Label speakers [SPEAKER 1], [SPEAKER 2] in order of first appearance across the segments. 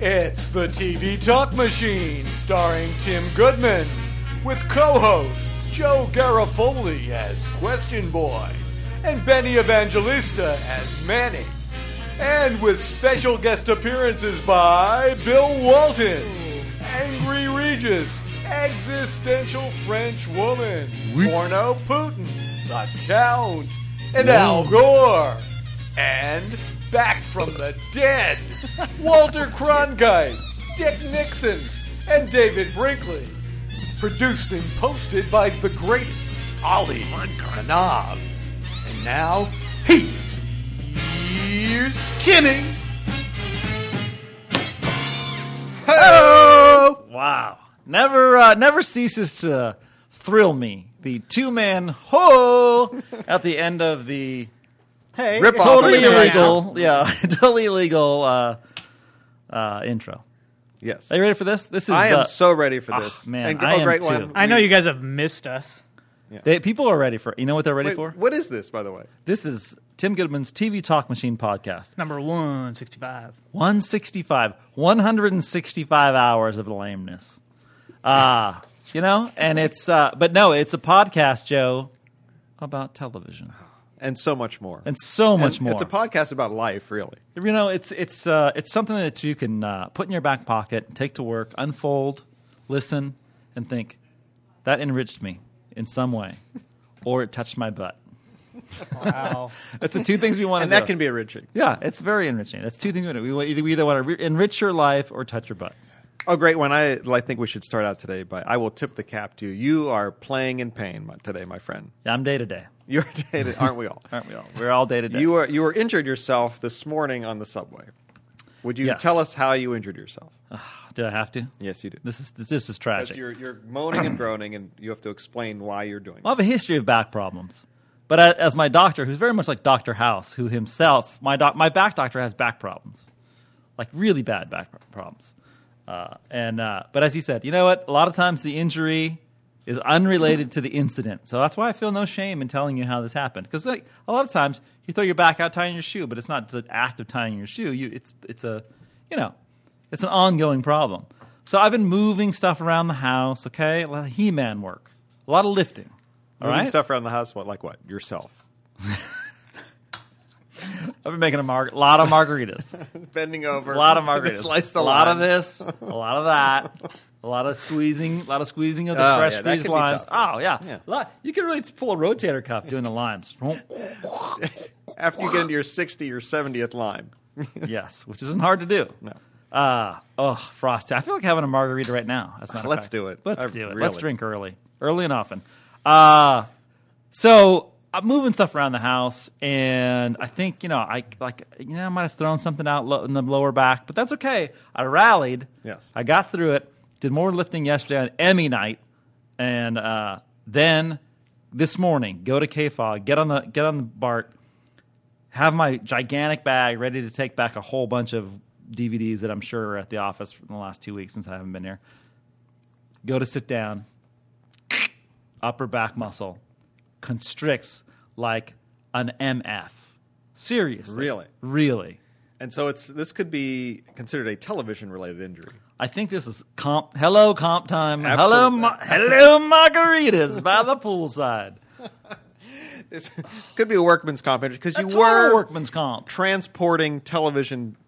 [SPEAKER 1] It's the TV Talk Machine, starring Tim Goodman, with co-hosts Joe Garofoli as Question Boy and Benny Evangelista as Manny, and with special guest appearances by Bill Walton, Angry Regis, Existential French Woman, Porno Putin, The Count, and Al Gore, and back from the dead, Walter Cronkite, Dick Nixon, and David Brinkley. Produced and posted by the greatest Ollie Knobs. And now, here's Timmy. Hello.
[SPEAKER 2] Wow. Never uh, never ceases to thrill me. The two man ho at the end of the
[SPEAKER 3] Hey,
[SPEAKER 4] Rip
[SPEAKER 3] it's
[SPEAKER 4] off
[SPEAKER 2] totally
[SPEAKER 4] Right
[SPEAKER 2] illegal. Yeah, totally illegal uh, uh, intro.
[SPEAKER 4] Yes.
[SPEAKER 2] Are you ready for this? This is
[SPEAKER 4] I am
[SPEAKER 2] uh,
[SPEAKER 4] so ready for
[SPEAKER 2] ah,
[SPEAKER 4] this.
[SPEAKER 2] man,
[SPEAKER 4] and,
[SPEAKER 2] I
[SPEAKER 4] oh,
[SPEAKER 2] am
[SPEAKER 4] great
[SPEAKER 2] too.
[SPEAKER 4] one.
[SPEAKER 3] I know you guys have missed us.
[SPEAKER 2] they, people are ready for it. You know what they're ready
[SPEAKER 4] Wait,
[SPEAKER 2] for?
[SPEAKER 4] what is this, by the way?
[SPEAKER 2] This is Tim Goodman's TV Talk Machine podcast.
[SPEAKER 3] Number one sixty-five.
[SPEAKER 2] 165, 165 hours of lameness. Ah, you know, and it's uh, but no, it's a podcast, Joe, about television
[SPEAKER 4] And so much more.
[SPEAKER 2] and so much
[SPEAKER 4] And
[SPEAKER 2] more.
[SPEAKER 4] It's a podcast about life, really.
[SPEAKER 2] You know, it's it's uh, it's something that you can uh, put in your back pocket, take to work, unfold, listen, and think that enriched me in some way, or it touched my butt.
[SPEAKER 3] Wow.
[SPEAKER 2] That's the two things we want
[SPEAKER 4] And
[SPEAKER 2] to
[SPEAKER 4] that
[SPEAKER 2] do.
[SPEAKER 4] can be enriching.
[SPEAKER 2] yeah, it's very enriching. That's two things we do. We, wa- we either want to re- enrich your life or touch your butt.
[SPEAKER 4] Oh, great one. I, I think we should start out today by I will tip the cap to you. You are playing in pain my- today, my friend.
[SPEAKER 2] Yeah, I'm day to day,
[SPEAKER 4] You're dated, aren't we all?
[SPEAKER 2] aren't we all? We're all day to day.
[SPEAKER 4] You were, you were injured yourself this morning on the subway. Would you
[SPEAKER 2] Yes.
[SPEAKER 4] tell us how you injured yourself?
[SPEAKER 2] Do I have to?
[SPEAKER 4] Yes, you do.
[SPEAKER 2] This is this is
[SPEAKER 4] Because
[SPEAKER 2] tragic.
[SPEAKER 4] you're, you're moaning and groaning, and you have to explain why you're doing it.
[SPEAKER 2] I have a history of back problems, but a- as my doctor, who's very much like Doctor House, who himself, my doc, my back doctor has back problems, like really bad back pro- problems. Uh, and uh, but as he said, you know what? A lot of times the injury is unrelated to the incident, so that's why I feel no shame in telling you how this happened. Because like a lot of times you throw your back out tying your shoe, but it's not the act of tying your shoe. You it's it's a you know it's an ongoing problem. So I've been moving stuff around the house. Okay, a lot of He-Man work, a lot of lifting. All
[SPEAKER 4] Moving
[SPEAKER 2] right?
[SPEAKER 4] stuff around the house, what, like what? Yourself.
[SPEAKER 2] I've been making a mar- lot of margaritas,
[SPEAKER 4] Bending over.
[SPEAKER 2] a lot of margaritas,
[SPEAKER 4] Slice the
[SPEAKER 2] a lot
[SPEAKER 4] lime.
[SPEAKER 2] of this, a lot of that, a lot of squeezing, a lot of squeezing of the
[SPEAKER 4] Oh,
[SPEAKER 2] fresh
[SPEAKER 4] yeah, that
[SPEAKER 2] squeezed
[SPEAKER 4] can be
[SPEAKER 2] limes.
[SPEAKER 4] tough.
[SPEAKER 2] Oh yeah,
[SPEAKER 4] Yeah.
[SPEAKER 2] Lot- you can really pull a rotator cuff doing the limes.
[SPEAKER 4] After you get into your 60 or 70th lime.
[SPEAKER 2] yes, which isn't hard to do.
[SPEAKER 4] No.
[SPEAKER 2] Uh, oh, frosty. I feel like having a margarita right now. As a matter of
[SPEAKER 4] Let's
[SPEAKER 2] fact.
[SPEAKER 4] do it.
[SPEAKER 2] Let's
[SPEAKER 4] I
[SPEAKER 2] do it.
[SPEAKER 4] really-
[SPEAKER 2] Let's drink early, early and often. Uh, so I'm moving stuff around the house, and I think you know, I like you know, I might have thrown something out lo- in the lower back, but that's okay. I rallied.
[SPEAKER 4] Yes.
[SPEAKER 2] I got through it. Did more lifting yesterday on Emmy night, and uh, then this morning go to KFOG, get on the get on the BART, have my gigantic bag ready to take back a whole bunch of DVDs that I'm sure are at the office in the last two weeks since I haven't been here. Go to sit down. Upper back muscle constricts like an MF. Seriously.
[SPEAKER 4] Really?
[SPEAKER 2] Really.
[SPEAKER 4] And so it's this could be considered a television related injury.
[SPEAKER 2] I think this is comp. Hello, comp time. Hello,
[SPEAKER 4] Absolutely.
[SPEAKER 2] ma- hello, margaritas by the poolside.
[SPEAKER 4] This could be a workman's comp injury because you
[SPEAKER 2] That's
[SPEAKER 4] were
[SPEAKER 2] workman's comp.
[SPEAKER 4] transporting television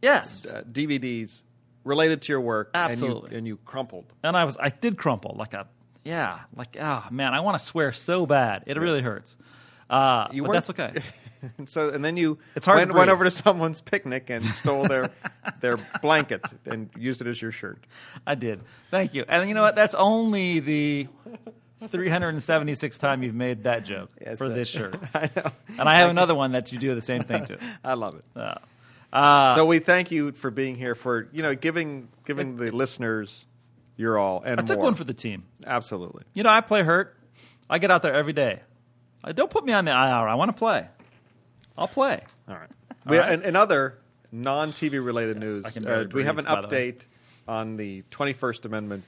[SPEAKER 2] Yes,
[SPEAKER 4] uh, DVDs related to your work. And
[SPEAKER 2] Absolutely.
[SPEAKER 4] you, and you crumpled.
[SPEAKER 2] and I was I did crumple like a yeah like ah man I want to swear so bad it really hurts. Uh,
[SPEAKER 4] You
[SPEAKER 2] but
[SPEAKER 4] weren't-
[SPEAKER 2] that's okay.
[SPEAKER 4] And so, and then you
[SPEAKER 2] It's hard to
[SPEAKER 4] went, went
[SPEAKER 2] breathe.
[SPEAKER 4] over to someone's picnic and stole their their blanket and used it as your shirt.
[SPEAKER 2] I did. Thank you. And you know what? That's only the 376th time you've made that joke
[SPEAKER 4] Yes,
[SPEAKER 2] for
[SPEAKER 4] uh,
[SPEAKER 2] this shirt.
[SPEAKER 4] I know.
[SPEAKER 2] And I have another one that you do the same thing to.
[SPEAKER 4] I love it.
[SPEAKER 2] Uh,
[SPEAKER 4] so we thank you for being here for you know giving giving the listeners your all and
[SPEAKER 2] I took
[SPEAKER 4] more.
[SPEAKER 2] one for the team.
[SPEAKER 4] absolutely.
[SPEAKER 2] You know, I play hurt. I get out there every day. Uh, don't put me on the IR. I want to play. I'll play.
[SPEAKER 4] All right. We,
[SPEAKER 2] right.
[SPEAKER 4] And, and other non TV related news.
[SPEAKER 2] I can
[SPEAKER 4] Uh,
[SPEAKER 2] barely
[SPEAKER 4] we have an
[SPEAKER 2] breathe, by the way.
[SPEAKER 4] update on the 21st Amendment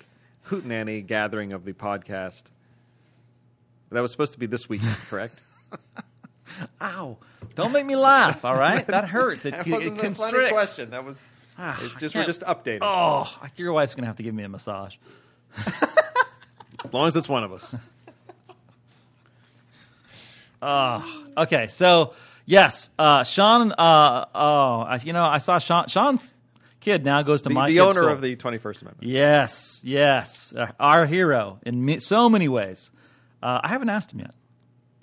[SPEAKER 4] hootenanny gathering of the podcast. That was supposed to be this weekend, correct?
[SPEAKER 2] Ow. Don't make me laugh, all right? That hurts. It, it
[SPEAKER 4] wasn't a funny
[SPEAKER 2] constricts. Ah,
[SPEAKER 4] question. That was It's just we're just updating.
[SPEAKER 2] Oh, I- your wife's gonna have to give me a massage.
[SPEAKER 4] As long as it's one of us.
[SPEAKER 2] Okay, so yes, uh, Sean. Uh, oh, I, you know, I saw Sean. Sean's kid now goes to
[SPEAKER 4] The,
[SPEAKER 2] my
[SPEAKER 4] the
[SPEAKER 2] kid's
[SPEAKER 4] owner
[SPEAKER 2] school.
[SPEAKER 4] of the 21st Amendment.
[SPEAKER 2] Yes, yes, uh, our hero in me, so many ways. Uh, I haven't asked him yet.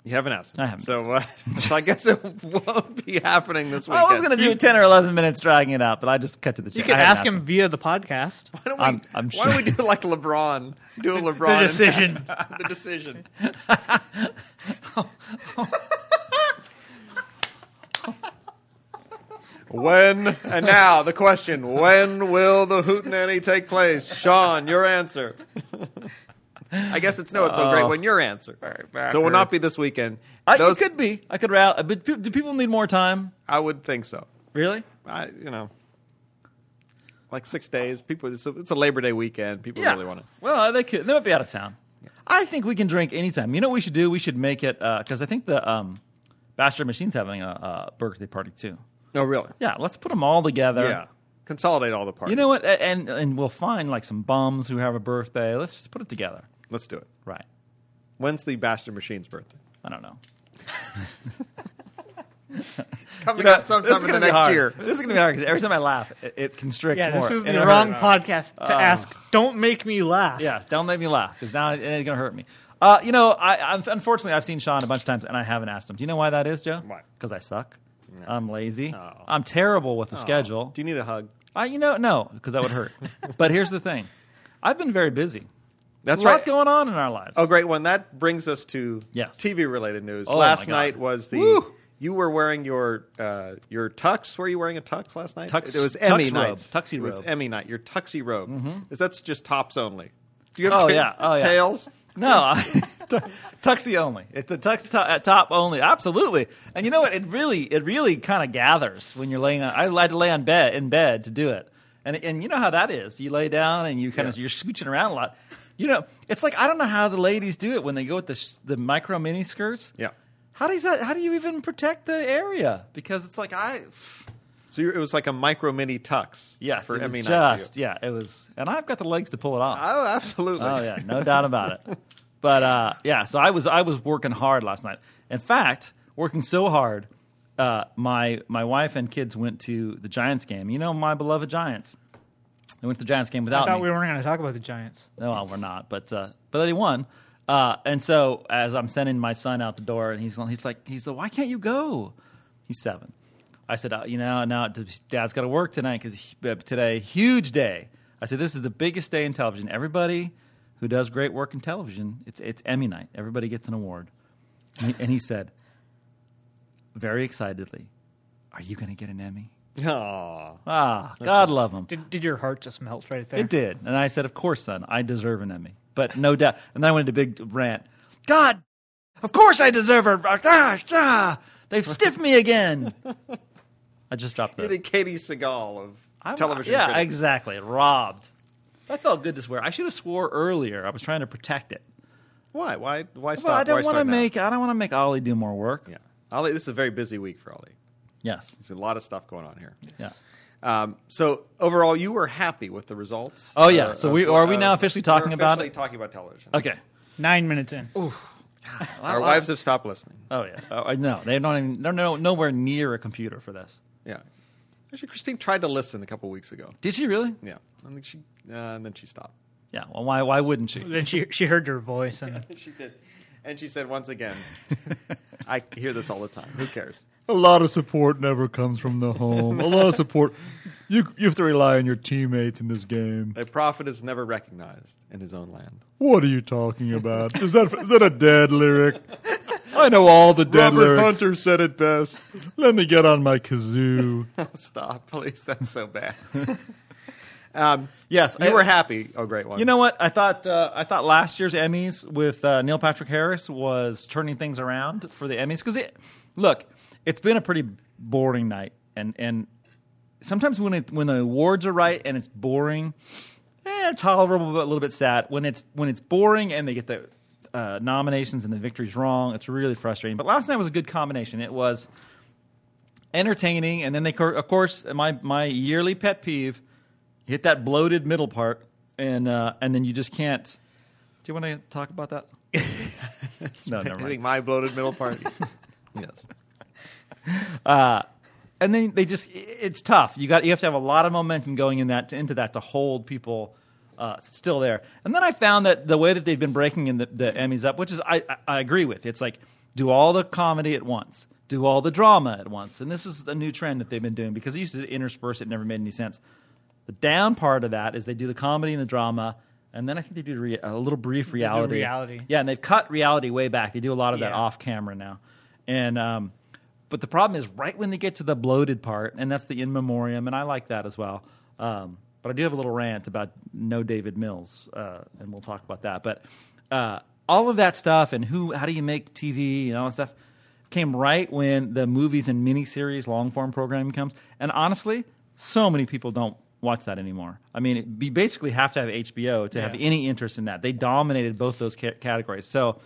[SPEAKER 4] You haven't asked. Him.
[SPEAKER 2] I haven't
[SPEAKER 4] So, uh, so I guess it won't be happening this weekend.
[SPEAKER 2] I was gonna do ten or eleven minutes dragging it out, but I just cut to the chase.
[SPEAKER 3] You could
[SPEAKER 2] I haven't
[SPEAKER 3] ask
[SPEAKER 2] asked
[SPEAKER 3] him via the podcast.
[SPEAKER 4] Why don't we,
[SPEAKER 2] I'm- I'm
[SPEAKER 4] why don't we do like LeBron? Do a LeBron and
[SPEAKER 3] decision.
[SPEAKER 4] tap the decision. when and now the question: When will the hootenanny take place? Sean, your answer. I guess it's no. It's a great when your answer. So it will not be this weekend.
[SPEAKER 2] Oh. I,
[SPEAKER 4] Those-
[SPEAKER 2] it could be. I could route. But pe- do people need more time?
[SPEAKER 4] I would think so.
[SPEAKER 2] Really?
[SPEAKER 4] I you know, like six days. People, it's a, it's a Labor Day weekend. People really want to.
[SPEAKER 2] Well, uh, they could. They might be out of town. I think we can drink anytime. You know what we should do? We should make it because I think the um, Bastard Machine's having a, a birthday party too.
[SPEAKER 4] Oh, really?
[SPEAKER 2] Yeah, let's put them all together.
[SPEAKER 4] Yeah. Consolidate all the parties.
[SPEAKER 2] You know what? A- And and we'll find like some bums who have a birthday. Let's just put it together.
[SPEAKER 4] Let's do it.
[SPEAKER 2] Right.
[SPEAKER 4] When's the Bastard Machine's birthday?
[SPEAKER 2] I don't know.
[SPEAKER 4] Coming
[SPEAKER 2] You know,
[SPEAKER 4] up sometime in the next
[SPEAKER 2] hard.
[SPEAKER 4] year.
[SPEAKER 2] This is going to be hard because every time I laugh, it, it constricts
[SPEAKER 3] Yeah,
[SPEAKER 2] more.
[SPEAKER 3] this is
[SPEAKER 2] and
[SPEAKER 3] the
[SPEAKER 2] it
[SPEAKER 3] wrong
[SPEAKER 2] hurts.
[SPEAKER 3] podcast to ask. Don't make me laugh.
[SPEAKER 2] Yes, don't make me laugh because now it ain't gonna hurt me. Uh, you know, I I'm, unfortunately I've seen Sean a bunch of times and I haven't asked him. Do you know why that is, Joe?
[SPEAKER 4] Why? Oh.
[SPEAKER 2] Because I suck. I'm lazy. I'm terrible with the schedule.
[SPEAKER 4] Do you need a hug?
[SPEAKER 2] I, you know, no, because that would hurt. but here's the thing, I've been very busy.
[SPEAKER 4] That's
[SPEAKER 2] a lot
[SPEAKER 4] right.
[SPEAKER 2] going on in our lives.
[SPEAKER 4] oh, great one. That brings us to
[SPEAKER 2] Yes.
[SPEAKER 4] TV related news.
[SPEAKER 2] Oh,
[SPEAKER 4] last
[SPEAKER 2] my God.
[SPEAKER 4] night was the.
[SPEAKER 2] Woo.
[SPEAKER 4] You were wearing your uh, your tux. Were you wearing a tux last night?
[SPEAKER 2] Tux-
[SPEAKER 4] It was
[SPEAKER 2] tux
[SPEAKER 4] Emmy
[SPEAKER 2] robe.
[SPEAKER 4] night.
[SPEAKER 2] Tuxie
[SPEAKER 4] it was
[SPEAKER 2] robe. Mm-hmm.
[SPEAKER 4] Emmy night. Your tuxie robe. Is that's just tops only? Do you have
[SPEAKER 2] Oh,
[SPEAKER 4] ta-
[SPEAKER 2] yeah. Oh, yeah.
[SPEAKER 4] tails?
[SPEAKER 2] No, I- tu- tuxie only. It's the tux to- uh, top only. Absolutely. And you know what? It really, it really kind of gathers when you're laying on. I had to lay on bed in bed to do it, and and you know how that is. You lay down and you kind of
[SPEAKER 4] Yeah.
[SPEAKER 2] you're scooching around a lot. You know, it's like I don't know how the ladies do it when they go with the sh- the micro mini skirts.
[SPEAKER 4] Yeah.
[SPEAKER 2] How does that? How do you even protect the area? Because it's like I.
[SPEAKER 4] So you're, it was like a micro mini tux.
[SPEAKER 2] Yes,
[SPEAKER 4] for
[SPEAKER 2] it was
[SPEAKER 4] Emmy night. for
[SPEAKER 2] just
[SPEAKER 4] you.
[SPEAKER 2] yeah, it was, and I've got the legs to pull it off.
[SPEAKER 4] Oh, absolutely.
[SPEAKER 2] Oh yeah, no doubt about it. But uh, yeah, so I was I was working hard last night. In fact, working so hard, uh, my my wife and kids went to the Giants game. You know, my beloved Giants. They went to the Giants game
[SPEAKER 3] I
[SPEAKER 2] without
[SPEAKER 3] thought
[SPEAKER 2] me.
[SPEAKER 3] we weren't going to talk about the Giants.
[SPEAKER 2] No, well, we're not. But uh, but they won. Uh, and so as I'm sending my son out the door, and he's he's like he's like, why can't you go? He's seven. I said, uh, you know, now d- Dad's got to work tonight because today huge day. I said, this is the biggest day in television. Everybody who does great work in television, it's it's Emmy night. Everybody gets an award. And he, and he said, very excitedly, "Are you going to get an Emmy?"
[SPEAKER 4] Aw.
[SPEAKER 2] Ah, God love him.
[SPEAKER 3] Did, did your heart just melt right there?
[SPEAKER 2] It did. And I said, Of course, son, I deserve an Emmy. But no doubt. And then I went into big rant. God, of course I deserve it. Ah, ah, they've stiffed me again. I just dropped
[SPEAKER 4] You're
[SPEAKER 2] the
[SPEAKER 4] the Katie Seagal of
[SPEAKER 2] I'm-
[SPEAKER 4] television.
[SPEAKER 2] Yeah,
[SPEAKER 4] critics.
[SPEAKER 2] exactly. Robbed. That felt good to swear. I should have swore earlier. I was trying to protect it.
[SPEAKER 4] Why? Why? Why stop?
[SPEAKER 2] Well, I
[SPEAKER 4] Why
[SPEAKER 2] don't
[SPEAKER 4] start
[SPEAKER 2] want to
[SPEAKER 4] now?
[SPEAKER 2] make I don't want to make Ollie do more work.
[SPEAKER 4] Yeah, Ollie. This is a very busy week for Ollie.
[SPEAKER 2] Yes.
[SPEAKER 4] There's a lot of stuff going on here.
[SPEAKER 2] Yeah.
[SPEAKER 4] Um, so overall, you were happy with the results. uh,
[SPEAKER 2] Oh, yeah. So we- are we now officially talking
[SPEAKER 4] we're
[SPEAKER 2] about
[SPEAKER 4] officially
[SPEAKER 2] it?
[SPEAKER 4] Talking about television.
[SPEAKER 2] Okay. Uh,
[SPEAKER 3] Nine minutes in.
[SPEAKER 4] Our wives have stopped listening.
[SPEAKER 2] Oh yeah. Oh, I- no, they don't even. They're no, nowhere near a computer for this.
[SPEAKER 4] Yeah. Actually, Christine tried to listen a couple weeks ago.
[SPEAKER 2] Did she really?
[SPEAKER 4] Yeah, and then she uh, and then she stopped.
[SPEAKER 2] Yeah. Well, why? Why wouldn't she?
[SPEAKER 3] Then she she heard your voice and
[SPEAKER 4] She did, and she said once again, "I hear this all the time. Who cares?"
[SPEAKER 5] A lot of support never comes from the home. A lot of support. You you have to rely on your teammates in this game.
[SPEAKER 4] A prophet is never recognized in his own land.
[SPEAKER 5] What are you talking about? Is that is that a dead lyric? I know all the dead
[SPEAKER 4] Robert
[SPEAKER 5] lyrics.
[SPEAKER 4] Hunter
[SPEAKER 5] said it best. Let me get on my kazoo.
[SPEAKER 4] Stop, please. That's so bad. um,
[SPEAKER 2] Yes.
[SPEAKER 4] you
[SPEAKER 2] I-
[SPEAKER 4] were happy. Oh, great one.
[SPEAKER 2] You know what? I thought uh, I thought last year's Emmys with uh, Neil Patrick Harris was turning things around for the Emmys because it, look, it's been a pretty boring night, and and sometimes when it when the awards are right and it's boring, eh, tolerable but a little bit sad. When it's when it's boring and they get the uh, nominations and the victories wrong, it's really frustrating. But last night was a good combination. It was entertaining. And then they, cor- of course, my my yearly pet peeve, you hit that bloated middle part, and uh, and then you just can't. Do you want to talk about that? no, never mind.
[SPEAKER 4] Hitting my bloated middle part.
[SPEAKER 2] Yes. Uh, and then they just i- it's tough. You got you have to have a lot of momentum going in that into that to hold people uh, still there. And then I found that the way that they've been breaking in the, the Emmys up, which is I, I I agree with. It's like do all the comedy at once, do all the drama at once, and this is a new trend that they've been doing because they used to intersperse it, it never made any sense. The down part of that is they do the comedy and the drama, and then I think they do re- a little brief reality.
[SPEAKER 3] reality.
[SPEAKER 2] yeah, and they've cut reality way back. They do a lot of that
[SPEAKER 3] Yeah.
[SPEAKER 2] off off camera now. And um, but the problem is right when they get to the bloated part, and that's the in memoriam, and I like that as well. Um, but I do have a little rant about no David Mills, uh, and we'll talk about that. But uh, all of that stuff and who, how do you make TV and all that stuff came right when the movies and miniseries long form programming comes. And honestly, so many people don't watch that anymore. I mean, it, you basically have to have HBO to have any interest in that. They dominated both those ca- categories. So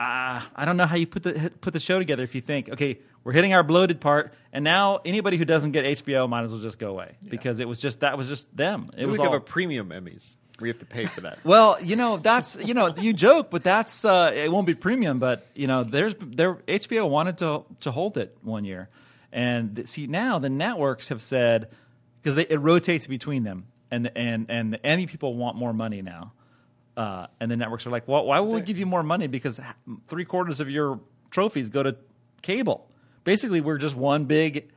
[SPEAKER 2] uh, I don't know how you put the put the show together if you think, okay, we're hitting our bloated part, and now anybody who doesn't get HBO might as well just go away because it was just that was just them. It
[SPEAKER 4] It was
[SPEAKER 2] was
[SPEAKER 4] we could
[SPEAKER 2] all,
[SPEAKER 4] have a premium Emmys. We have to pay for that.
[SPEAKER 2] well, you know that's you know you joke, but that's uh, it won't be premium. But you know there's there HBO wanted to to hold it one year, and th- see now the networks have said because it rotates between them, and the- and and the Emmy people want more money now, uh, and the networks are like, well, why will we give you more money because three quarters of your trophies go to cable. Basically, we're just one big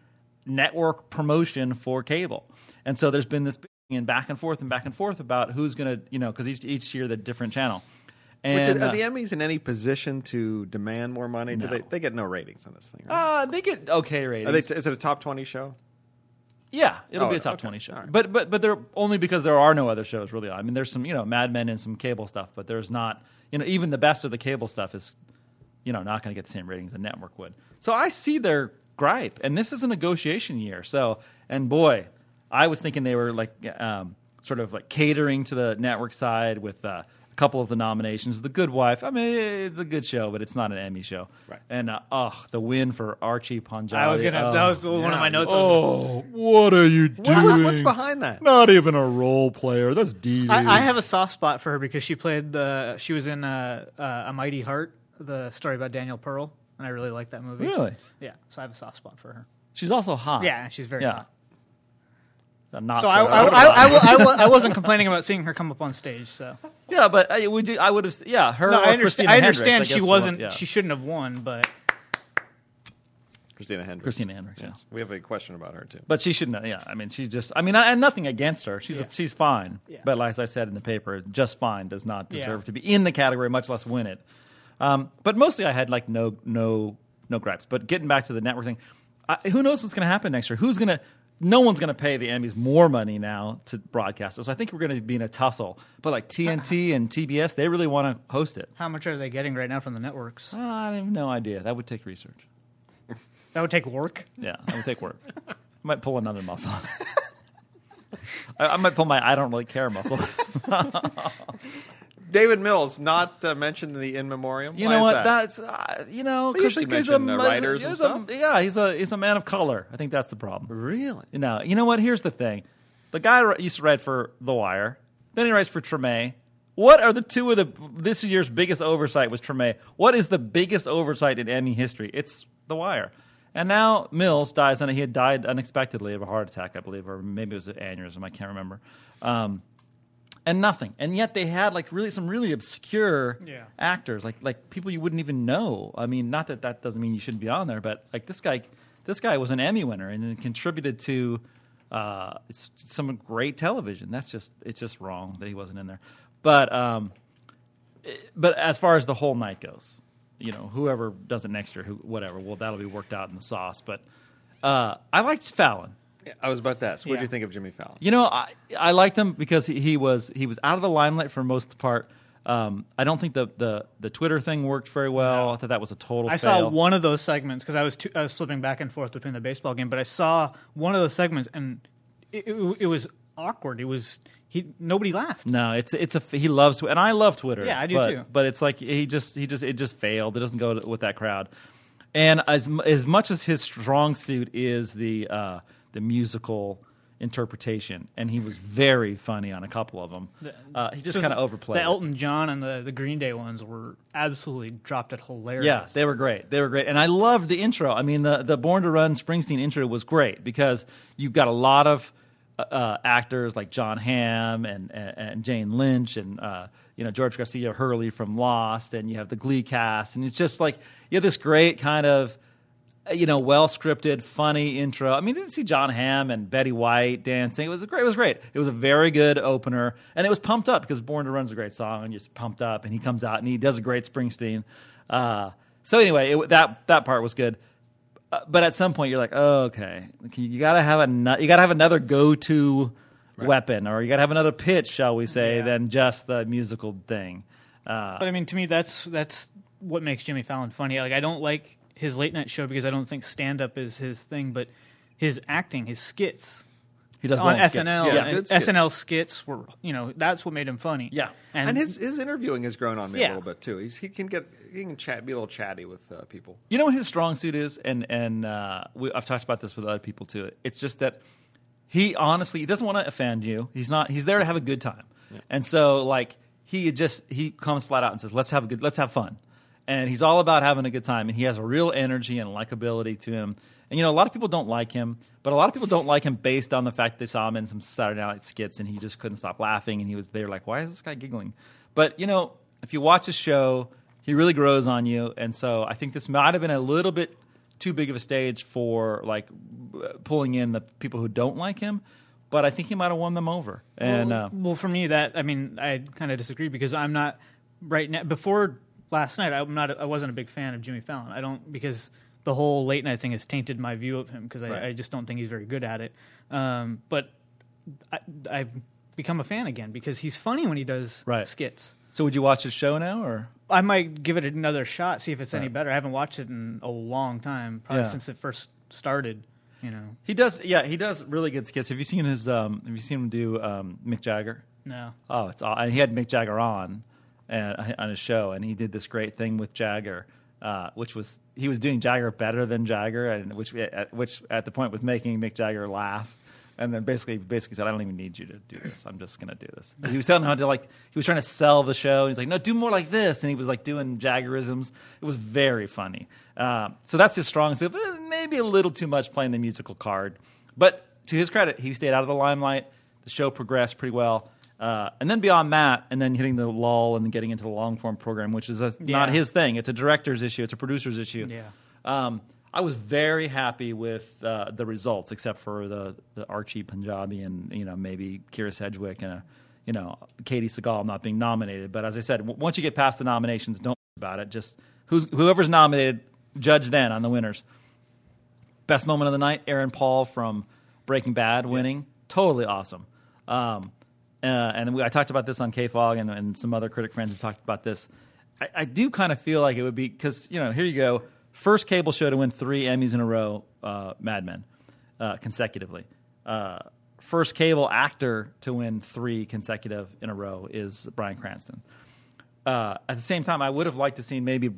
[SPEAKER 2] network promotion for cable. And so there's been this and back and forth and back and forth about who's going to, you know, because each, each year the different channel.
[SPEAKER 4] Which
[SPEAKER 2] And
[SPEAKER 4] is,
[SPEAKER 2] uh,
[SPEAKER 4] are the Emmys in any position to demand more money? Do they, they get no ratings on this thing? Right?
[SPEAKER 2] uh, they get okay
[SPEAKER 4] Are
[SPEAKER 2] ratings.
[SPEAKER 4] they, is it a top twenty show?
[SPEAKER 2] yeah, it'll
[SPEAKER 4] Oh,
[SPEAKER 2] be a top
[SPEAKER 4] okay.
[SPEAKER 2] twenty show,
[SPEAKER 4] All right.
[SPEAKER 2] but but but they're only because there are no other shows really on. I mean, there's some you know Mad Men and some cable stuff, but there's not you know even the best of the cable stuff is you know not going to get the same ratings the network would. So I see their gripe, and this is a negotiation year. So and boy, I was thinking they were like um, sort of like catering to the network side with uh, a couple of the nominations. The Good Wife, I mean, it's a good show, but it's not an Emmy show.
[SPEAKER 4] Right.
[SPEAKER 2] And uh, oh, the win for Archie Panjabi.
[SPEAKER 3] I was gonna.
[SPEAKER 2] Oh,
[SPEAKER 3] that was one of my notes. I was
[SPEAKER 5] Oh, what are you doing?
[SPEAKER 4] What was, what's behind that?
[SPEAKER 5] Not even a role player. That's D.
[SPEAKER 3] I, I have a soft spot for her because she played the. She was in uh, uh, A Mighty Heart, the story about Daniel Pearl, and I really like that movie.
[SPEAKER 2] Really?
[SPEAKER 3] Yeah. So I have a soft spot for her.
[SPEAKER 2] She's also hot.
[SPEAKER 3] Yeah, she's very
[SPEAKER 2] Yeah.
[SPEAKER 3] hot.
[SPEAKER 2] Not
[SPEAKER 3] So I, I, I, I, wa- I wa- I wasn't complaining about seeing her come up on stage. So
[SPEAKER 2] yeah, but I would do. I would have. Yeah, her.
[SPEAKER 3] no,
[SPEAKER 2] or
[SPEAKER 3] I understand.
[SPEAKER 2] Christina
[SPEAKER 3] I
[SPEAKER 2] Hendricks,
[SPEAKER 3] understand
[SPEAKER 2] guess,
[SPEAKER 3] she
[SPEAKER 2] is what-
[SPEAKER 3] wasn't.
[SPEAKER 2] yeah.
[SPEAKER 3] She shouldn't have won, but
[SPEAKER 4] Christina Hendricks.
[SPEAKER 2] Christina Hendricks. Yeah.
[SPEAKER 4] We have a question about her too.
[SPEAKER 2] But she shouldn't. Yeah, I mean, she just. I mean, I, and nothing against her. She's
[SPEAKER 3] Yeah.
[SPEAKER 2] a, she's fine.
[SPEAKER 3] Yeah.
[SPEAKER 2] But like I said in the paper, just fine does not
[SPEAKER 3] Yeah.
[SPEAKER 2] deserve to be in the category, much less win it. Um, but mostly, I had like no no no gripes. But getting back to the network thing, I, who knows what's going to happen next year? Who's going to? No one's going to pay the Emmys more money now to broadcast it. So I think we're going to be in a tussle. But like TNT and TBS, they really want to host it.
[SPEAKER 3] how much are they getting right now from the networks?
[SPEAKER 2] I have no idea. That would take research.
[SPEAKER 3] That would take work.
[SPEAKER 2] Yeah, that would take work. I might pull another muscle. I, I might pull my I don't really care muscle.
[SPEAKER 4] David Mills not uh, mentioned in the in memoriam.
[SPEAKER 2] You
[SPEAKER 4] Why
[SPEAKER 2] know
[SPEAKER 4] is
[SPEAKER 2] what?
[SPEAKER 4] that?
[SPEAKER 2] That's uh, you know
[SPEAKER 4] They usually
[SPEAKER 2] Kushika's
[SPEAKER 4] mention, uh, writers and
[SPEAKER 2] he's
[SPEAKER 4] stuff.
[SPEAKER 2] a, yeah, he's a he's a man of color. I think that's the problem.
[SPEAKER 4] really
[SPEAKER 2] You know, you know what? Here's the thing: the guy wr- used to write for The Wire, then he writes for Treme. What are the two of the this year's biggest oversight was Treme? What is the biggest oversight in Emmy history? It's The Wire. And now Mills dies, and he had died unexpectedly of a heart attack, I believe, or maybe it was an aneurysm. I can't remember. Um, and nothing, and yet they had like really some really obscure
[SPEAKER 3] Yeah.
[SPEAKER 2] actors, like like people you wouldn't even know. I mean, not that that doesn't mean you shouldn't be on there, but like this guy, this guy was an Emmy winner and then contributed to uh, s- some great television. That's just it's just wrong that he wasn't in there. But um, it- but as far as the whole night goes, you know, whoever does it next year, who whatever, well, that'll be worked out in the sauce. But uh, I liked Fallon.
[SPEAKER 4] I was about to ask. What did
[SPEAKER 3] Yeah.
[SPEAKER 4] you think of Jimmy Fallon?
[SPEAKER 2] You know, I, I liked him because he, he was he was out of the limelight for most of the part. Um, I don't think the, the, the Twitter thing worked very well. I thought that was a total.
[SPEAKER 3] I saw
[SPEAKER 2] fail.
[SPEAKER 3] one of those segments because I was too, I was flipping back and forth between the baseball game, but I saw one of those segments and it, it, it was awkward. It was he nobody laughed.
[SPEAKER 2] No, it's it's a he loves and I love Twitter.
[SPEAKER 3] Yeah, I do
[SPEAKER 2] but,
[SPEAKER 3] too.
[SPEAKER 2] But it's like he just he just it just failed. It doesn't go with that crowd. And as m- as much as his strong suit is the uh, the musical interpretation, and he was very funny on a couple of them, uh, he just kind of overplayed.
[SPEAKER 3] The
[SPEAKER 2] it.
[SPEAKER 3] Elton John and the, the Green Day ones were absolutely dropped at hilarious.
[SPEAKER 2] Yeah, they were great. They were great, and I loved the intro. I mean, the the Born to Run Springsteen intro was great because you've got a lot of uh, uh, actors like John Hamm and and, and Jane Lynch and uh, you know George Garcia Hurley from Lost, and you have the Glee cast, and it's just like you have this great kind of uh, you know well scripted, funny intro. I mean, didn't see John Hamm and Betty White dancing. It was a great. It was great. It was a very good opener, and it was pumped up because Born to Run's a great song, and you're just pumped up. And he comes out and he does a great Springsteen. Uh, so anyway, it, that that part was good. Uh, but at some point, you're like, oh, okay, you gotta have a you gotta have another go to weapon, or you gotta have another pitch, shall we say, than just the musical thing. Uh,
[SPEAKER 3] But I mean, to me, that's that's what makes Jimmy Fallon funny. Like, I don't like his late night show because I don't think stand up is his thing, but his acting, his skits
[SPEAKER 2] he does
[SPEAKER 3] on
[SPEAKER 2] well in skits.
[SPEAKER 3] SNL,
[SPEAKER 4] Yeah,
[SPEAKER 3] and
[SPEAKER 4] good skits.
[SPEAKER 3] SNL skits were, you know, that's what made him funny.
[SPEAKER 2] Yeah.
[SPEAKER 3] and,
[SPEAKER 4] And his, his interviewing has grown on me
[SPEAKER 3] Yeah.
[SPEAKER 4] a little bit too. He's, he can get he can chat be a little chatty with uh, people.
[SPEAKER 2] You know what his strong suit is, and and uh, we, I've talked about this with other people too. It's just that he honestly he doesn't want to offend you. He's not. He's there to have a good time, and so like he just he comes flat out and says, "Let's have a good. Let's have fun." And he's all about having a good time, and he has a real energy and likability to him. And you know, a lot of people don't like him, but a lot of people don't like him based on the fact they saw him in some Saturday Night skits, and he just couldn't stop laughing, and he was there like, "Why is this guy giggling?" But you know, if you watch his show, he really grows on you and so i think this might have been a little bit too big of a stage for like b- pulling in the people who don't like him but i think he might have won them over and
[SPEAKER 3] well,
[SPEAKER 2] uh,
[SPEAKER 3] well, for me, that I mean, I kind of disagree because I'm not right now. Before last night, I'm not. I wasn't a big fan of Jimmy Fallon. I don't because the whole late night thing has tainted my view of him because I, I just don't think he's very good at it. Um, but I, I've become a fan again because he's funny when he does
[SPEAKER 2] Right.
[SPEAKER 3] skits.
[SPEAKER 2] so would you watch his show now or
[SPEAKER 3] I might give it another shot, see if it's any better. I haven't watched it in a long time, probably
[SPEAKER 2] Yeah.
[SPEAKER 3] since it first started. You know,
[SPEAKER 2] he does yeah he does really good skits have you seen his um have you seen him do um mick jagger
[SPEAKER 3] no.
[SPEAKER 2] Oh, it's all, and he had Mick Jagger on and, on his show, and he did this great thing with Jagger, uh, which was he was doing Jagger better than Jagger, and which at, which at the point was making Mick Jagger laugh, and then basically basically said, "I don't even need you to do this. I'm just gonna do this." 'Cause He was telling how to like he was trying to sell the show, and he's like, "No, do more like this," and he was like doing Jaggerisms. It was very funny. Um, so that's his strong suit, but maybe a little too much playing the musical card. But to his credit, he stayed out of the limelight. The show progressed pretty well. Uh, and then beyond that, and then hitting the lull and getting into the long form program, which is a, not
[SPEAKER 3] Yeah.
[SPEAKER 2] his thing. It's a director's issue. It's a producer's issue.
[SPEAKER 3] Yeah.
[SPEAKER 2] Um, I was very happy with uh, the results, except for the, the Archie Punjabi and you know maybe Kira Sedgwick and uh you know Katie Segal not being nominated. But as I said, w- once you get past the nominations, don't worry about it. Just who's, whoever's nominated, judge then on the winners. Best moment of the night, Aaron Paul from Breaking Bad winning. Totally awesome. Um, uh, and we, I talked about this on KFOG, and, and some other critic friends have talked about this. I, I do kind of feel like it would be because, you know, here you go. First cable show to win three Emmys in a row, uh, Mad Men, uh, consecutively. Uh, first cable actor to win three consecutive in a row is Brian Cranston uh, at the same time, I would have liked to seen maybe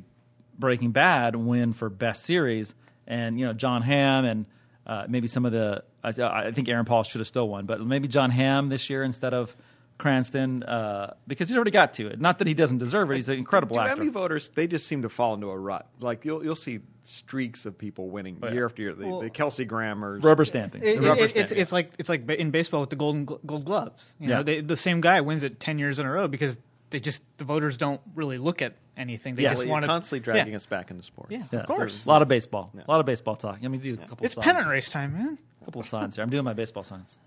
[SPEAKER 2] Breaking Bad win for best series, and you know John Hamm and uh, maybe some of the. I, I think Aaron Paul should have still won, but maybe John Hamm this year instead of Cranston uh, because he's already got to it. Not that he doesn't deserve it; he's an incredible
[SPEAKER 4] Do
[SPEAKER 2] actor.
[SPEAKER 4] Emmy voters they just seem to fall into a rut. Like you'll you'll see streaks of people winning year after year. The, the Kelsey Grammers,
[SPEAKER 2] Rubber stamping.
[SPEAKER 3] It-
[SPEAKER 4] rubber
[SPEAKER 3] it-
[SPEAKER 4] stamp,
[SPEAKER 3] it's, it's like it's like ba- in baseball with the golden gl- gold gloves. You know,
[SPEAKER 2] Yeah.
[SPEAKER 3] they, the same guy wins it ten years in a row because they just the voters don't really look at anything. They
[SPEAKER 2] Yeah.
[SPEAKER 3] just
[SPEAKER 4] Well,
[SPEAKER 3] want
[SPEAKER 4] you're
[SPEAKER 3] to
[SPEAKER 4] constantly dragging us back into sports.
[SPEAKER 3] Yeah,
[SPEAKER 2] Yeah.
[SPEAKER 3] of course.
[SPEAKER 2] a lot of baseball, a lot of baseball talk. Let me do a couple.
[SPEAKER 3] It's
[SPEAKER 2] signs.
[SPEAKER 3] pennant race time, man.
[SPEAKER 2] A couple of signs here. I'm doing my baseball signs.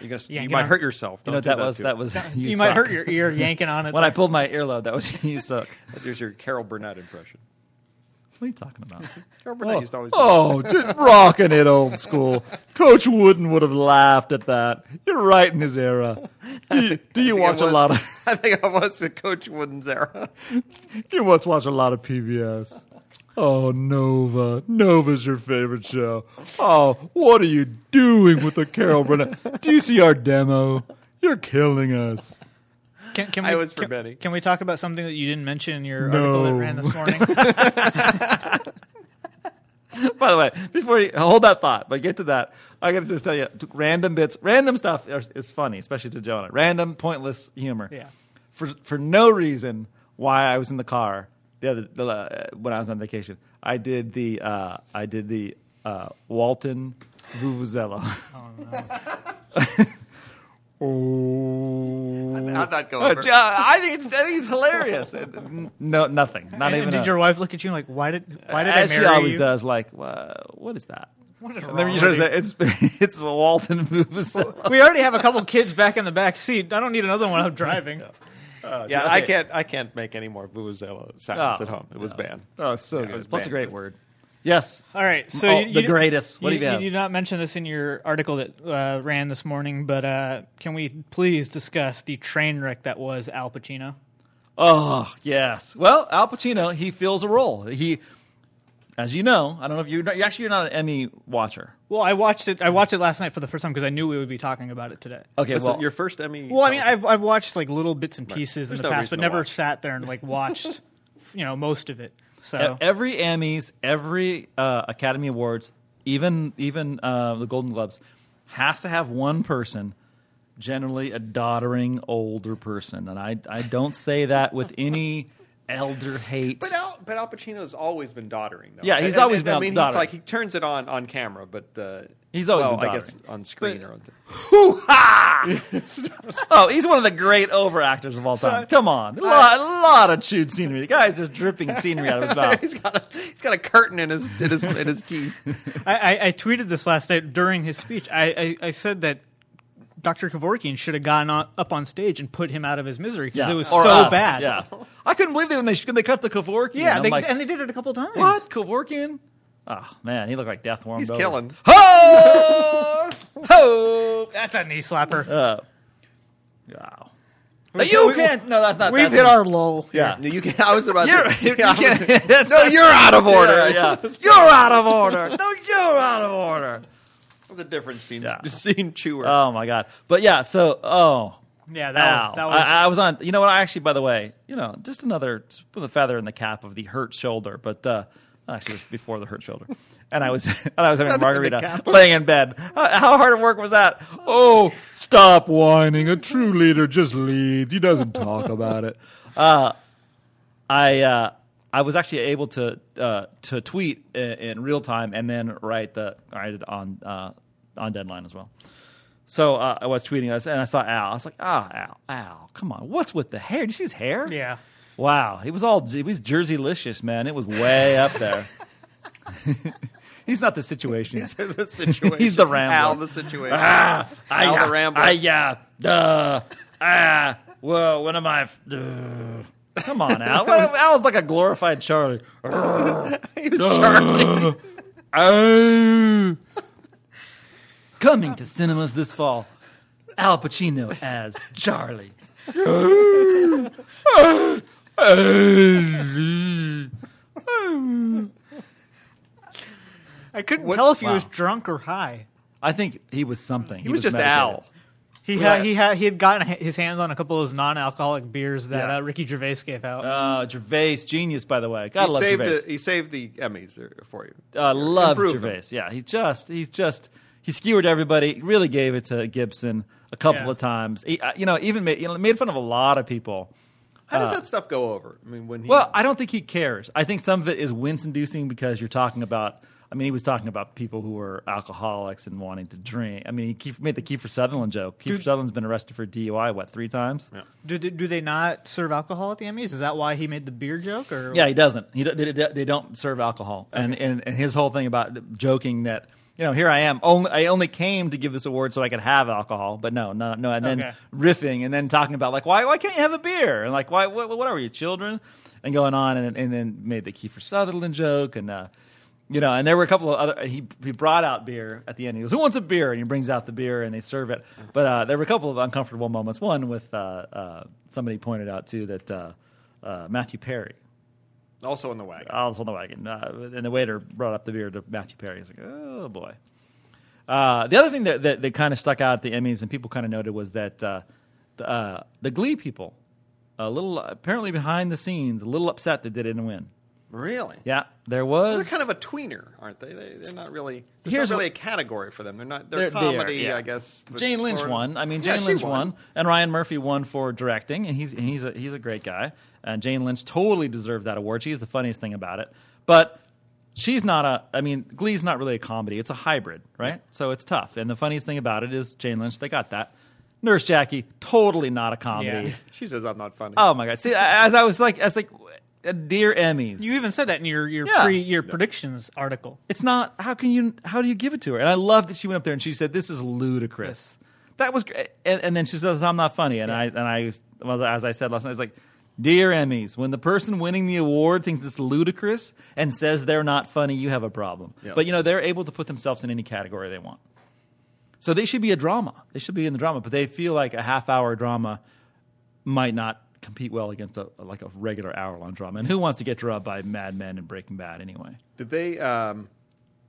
[SPEAKER 4] You're gonna,
[SPEAKER 3] Yeah,
[SPEAKER 4] you
[SPEAKER 3] get
[SPEAKER 4] might
[SPEAKER 3] on-
[SPEAKER 4] hurt yourself.
[SPEAKER 2] You
[SPEAKER 4] Don't
[SPEAKER 2] know what that
[SPEAKER 4] do
[SPEAKER 2] was?
[SPEAKER 4] too.
[SPEAKER 2] That was you.
[SPEAKER 3] You, might
[SPEAKER 2] suck.
[SPEAKER 3] hurt your ear yanking on it.
[SPEAKER 2] When I pulled my earlobe, that was you suck.
[SPEAKER 4] There's your Carol Burnett impression.
[SPEAKER 2] What are you talking about?
[SPEAKER 4] Carol Burnett used to always.
[SPEAKER 5] Oh, just rocking it old school. Coach Wooden would have laughed at that. You're right in his era. Do you, do you
[SPEAKER 4] I think I
[SPEAKER 5] watch a
[SPEAKER 4] was-
[SPEAKER 5] lot of?
[SPEAKER 4] I think I was in Coach Wooden's era.
[SPEAKER 5] You must watch a lot of PBS. Oh, Nova. Nova's your favorite show. Oh, what are you doing with the Carol Burnett? Do you see our demo? You're killing us.
[SPEAKER 3] Can, can we,
[SPEAKER 4] I was for
[SPEAKER 3] can,
[SPEAKER 4] Betty.
[SPEAKER 3] Can we talk about something that you didn't mention in your article
[SPEAKER 5] No.
[SPEAKER 3] that ran this morning?
[SPEAKER 2] By the way, before you hold that thought, but get to that, I gotta just tell you, t- random bits, random stuff are, is funny, especially to Jonah. Random, pointless humor.
[SPEAKER 3] Yeah.
[SPEAKER 2] For for no reason why I was in the car the other the, uh, when I was on vacation, I did the uh, I did the uh, Walton Vuvuzela. Oh.
[SPEAKER 4] I'm not going
[SPEAKER 2] Uh,
[SPEAKER 4] for-
[SPEAKER 2] Jo- I think it's I think it's hilarious. Uh, n- no, nothing. Not
[SPEAKER 3] and,
[SPEAKER 2] even.
[SPEAKER 3] and did
[SPEAKER 2] a-
[SPEAKER 3] your wife look at you like, why did why did
[SPEAKER 2] as
[SPEAKER 3] I
[SPEAKER 2] she
[SPEAKER 3] marry
[SPEAKER 2] always
[SPEAKER 3] you?
[SPEAKER 2] does. Like, "Wha- what is that?
[SPEAKER 3] What is
[SPEAKER 2] And then
[SPEAKER 3] wrong
[SPEAKER 2] you sort
[SPEAKER 3] with
[SPEAKER 2] of
[SPEAKER 3] you?
[SPEAKER 2] say, it's it's a Walton Vuvuzela.
[SPEAKER 3] we already have a couple kids back in the back seat. I don't need another one. I'm driving.
[SPEAKER 4] Yeah, I can't. I can't make any more vuvuzela sounds
[SPEAKER 2] Oh,
[SPEAKER 4] at home. It was banned.
[SPEAKER 2] Oh, so good.
[SPEAKER 4] was
[SPEAKER 2] Plus a
[SPEAKER 4] bad.
[SPEAKER 2] great word. Yes.
[SPEAKER 3] All right, so
[SPEAKER 2] Oh,
[SPEAKER 3] you, you
[SPEAKER 2] the
[SPEAKER 3] di-
[SPEAKER 2] greatest. What
[SPEAKER 3] you,
[SPEAKER 2] do you have?
[SPEAKER 3] did not mention this in your article that uh, ran this morning, but uh, can we please discuss the train wreck that was Al Pacino?
[SPEAKER 2] Oh yes. Well, Al Pacino he fills a role. He, as you know, I don't know if you're not, you're actually you're not an Emmy watcher.
[SPEAKER 3] Well, I watched it. I watched it last night for the first time because I knew we would be talking about it today.
[SPEAKER 2] Okay.
[SPEAKER 4] This is
[SPEAKER 2] well,
[SPEAKER 4] your first Emmy.
[SPEAKER 3] Well, I mean, I've I've watched like little bits and pieces
[SPEAKER 4] There's
[SPEAKER 3] in the
[SPEAKER 4] no
[SPEAKER 3] past, but
[SPEAKER 4] reason to
[SPEAKER 3] never
[SPEAKER 4] watch.
[SPEAKER 3] sat there and like watched, you know, most of it. So
[SPEAKER 2] E- every Emmys, every uh, Academy Awards, even even uh, the Golden Globes, has to have one person, generally a doddering older person, and I I don't say that with any elder hate.
[SPEAKER 4] But Al, but Al Pacino's always been doddering, though.
[SPEAKER 2] Yeah, he's
[SPEAKER 4] And- and-
[SPEAKER 2] always
[SPEAKER 4] and,
[SPEAKER 2] been
[SPEAKER 4] I mean,
[SPEAKER 2] doddering.
[SPEAKER 4] he's like he turns it on on camera, but uh,
[SPEAKER 2] He's always
[SPEAKER 4] well,
[SPEAKER 2] been
[SPEAKER 4] I guess
[SPEAKER 2] doddering.
[SPEAKER 4] on screen or on.
[SPEAKER 2] Hoo-ha! oh, he's one of the great over actors of all time. Come on, a lot, lot of chewed scenery. The guy's just dripping scenery out of his mouth.
[SPEAKER 4] he's got a he's got a curtain in his in his in his teeth.
[SPEAKER 3] I, I, I tweeted this last night during his speech. I, I, I said that Dr. Kevorkian should have gone on, up on stage and put him out of his misery because it was
[SPEAKER 2] Or
[SPEAKER 3] so
[SPEAKER 2] us,
[SPEAKER 3] bad.
[SPEAKER 2] Yeah, I couldn't believe it when they when they cut the Kevorkian.
[SPEAKER 3] Yeah,
[SPEAKER 2] I'm
[SPEAKER 3] they,
[SPEAKER 2] like,
[SPEAKER 3] and they did it a couple times.
[SPEAKER 2] What? Kevorkian? Oh, man, he looked like death warmed
[SPEAKER 4] He's
[SPEAKER 2] over.
[SPEAKER 4] killing.
[SPEAKER 2] Ho! Ho!
[SPEAKER 3] That's a knee slapper.
[SPEAKER 2] Wow. Now you
[SPEAKER 3] we-
[SPEAKER 2] can't. No, that's not.
[SPEAKER 3] We've
[SPEAKER 2] that's
[SPEAKER 3] hit our lull.
[SPEAKER 2] Yeah.
[SPEAKER 4] You can, I was about
[SPEAKER 2] You're,
[SPEAKER 4] to.
[SPEAKER 2] you
[SPEAKER 4] yeah, I was-
[SPEAKER 2] can't, that's-
[SPEAKER 4] no, you're out of order.
[SPEAKER 2] Yeah, yeah. You're out of order. No, you're out of order.
[SPEAKER 4] That was a different scene.
[SPEAKER 2] Yeah.
[SPEAKER 4] Scene chewer.
[SPEAKER 2] Oh my god. But yeah. So oh.
[SPEAKER 3] Yeah, that,
[SPEAKER 2] Ow.
[SPEAKER 3] was- that was.
[SPEAKER 2] I, I was on. You know what? I actually, by the way, you know, just another just put a feather in the cap of the hurt shoulder, but uh, actually, it was before the hurt shoulder. And I was and I was having a margarita, laying in bed. How, how hard of work was that?
[SPEAKER 5] Oh, stop whining. A true leader just leads. He doesn't talk about it.
[SPEAKER 2] I uh, I was actually able to uh, to tweet in, in real time and then write the write it on uh, on deadline as well. So uh, I was tweeting us, and I saw Al. I was like, "Ah, Al, Al, come on! What's with the hair? Do you see his hair?
[SPEAKER 3] yeah.
[SPEAKER 2] Wow, he was all he was Jersey licious, man. It was way up there. He's not the situation.
[SPEAKER 4] the situation.
[SPEAKER 2] He's the Rambler.
[SPEAKER 4] Al the situation.
[SPEAKER 2] I,
[SPEAKER 4] Al the Rambler.
[SPEAKER 2] I, yeah, duh, ah, whoa, what am I? f- duh. Come on, Al. What, Al's like a glorified Charlie.
[SPEAKER 4] he was Charlie.
[SPEAKER 2] Oh. Coming to cinemas this fall, Al Pacino as Charlie.
[SPEAKER 3] I couldn't tell if he was drunk or high.
[SPEAKER 2] I think he was something. He,
[SPEAKER 4] was just
[SPEAKER 2] meditative.
[SPEAKER 4] Al.
[SPEAKER 3] He
[SPEAKER 2] Right.
[SPEAKER 3] had, he had he had gotten h- his hands on a couple of those non-alcoholic beers that
[SPEAKER 2] Yeah.
[SPEAKER 3] uh, Ricky Gervais gave out.
[SPEAKER 2] Uh, Gervais, genius, by the way. Gotta
[SPEAKER 4] He
[SPEAKER 2] love
[SPEAKER 4] saved,
[SPEAKER 2] Gervais.
[SPEAKER 4] the, he saved the Emmys uh, for you.
[SPEAKER 2] uh, love
[SPEAKER 4] Improve
[SPEAKER 2] Gervais. Yeah, he just he's just he skewered everybody. He Really gave it to Gibson a couple
[SPEAKER 3] Yeah.
[SPEAKER 2] of times. He, uh, you know, even made, you know, made fun of a lot of people.
[SPEAKER 4] How does that stuff go over? I mean, when he
[SPEAKER 2] Uh, Well, I don't think he cares. I think some of it is wince-inducing because you're talking about. I mean, he was talking about people who were alcoholics and wanting to drink. I mean, he Keith- made the Kiefer Sutherland joke. Kiefer Sutherland's been arrested for DUI what three times? Yeah,
[SPEAKER 3] do, they- do they not serve alcohol at the Emmys? Is that why he made the beer joke? Or
[SPEAKER 2] he doesn't. He do- they, they don't serve alcohol, and, and and his whole thing about joking that you know here I am only I only came to give this award so I could have alcohol, but no, no, no, and then
[SPEAKER 3] Okay.
[SPEAKER 2] riffing and then talking about like why why can't you have a beer and like why what, what are you children and going on and and then made the Kiefer Sutherland joke and uh you know and there were a couple of other he he brought out beer at the end he goes who wants a beer and he brings out the beer and they serve it but uh, there were a couple of uncomfortable moments one with uh, uh, somebody pointed out too that uh, uh, Matthew Perry
[SPEAKER 4] also in the wagon.
[SPEAKER 2] I was on the wagon, uh, and the waiter brought up the beer to Matthew Perry. He's like, "Oh boy." Uh, the other thing that, that, that kind of stuck out at the Emmys and people kind of noted was that uh, the, uh, the Glee people a little apparently behind the scenes, a little upset they didn't win.
[SPEAKER 4] Really?
[SPEAKER 2] Yeah, there
[SPEAKER 4] They're
[SPEAKER 2] was
[SPEAKER 4] kind of a tweener, aren't they? they they're not really. There's
[SPEAKER 2] Here's
[SPEAKER 4] not
[SPEAKER 2] what-
[SPEAKER 4] really a category for them. They're not. They're,
[SPEAKER 2] They're- they are,
[SPEAKER 4] comedy,
[SPEAKER 2] yeah.
[SPEAKER 4] I guess. but
[SPEAKER 2] Jane Lynch
[SPEAKER 4] sort of-
[SPEAKER 2] won. I mean,
[SPEAKER 4] Yeah,
[SPEAKER 2] Jane
[SPEAKER 4] she
[SPEAKER 2] Lynch won. and Ryan Murphy won for directing, and he's and he's a, he's a great guy. And Jane Lynch totally deserved that award. She's the funniest thing about it. But she's not a. I mean, Glee's not really a comedy. It's a hybrid, right? So it's tough. And the funniest thing about it is Jane Lynch. They got that. Nurse Jackie, totally not a comedy.
[SPEAKER 3] Yeah.
[SPEAKER 4] She says I'm not funny.
[SPEAKER 2] Oh my god! See, as I was like, as like, uh, dear Emmys,
[SPEAKER 3] You even said that in your your
[SPEAKER 2] Yeah.
[SPEAKER 3] pre your predictions article.
[SPEAKER 2] It's not. How can you? How do you give it to her? And I love that she went up there and she said, "This is ludicrous." That was great. And, and then she says, "I'm not funny." And I and I was- well, as I said last night, it's like, dear Emmys, when the person winning the award thinks it's ludicrous and says they're not funny, you have a problem. But you know they're able to put themselves in any category they want. So they should be a drama. They should be in the drama, but they feel like a half hour drama might not compete well against a like a regular hour long drama. And who wants to get drubbed by Mad Men and Breaking Bad anyway?
[SPEAKER 4] Did they? Um,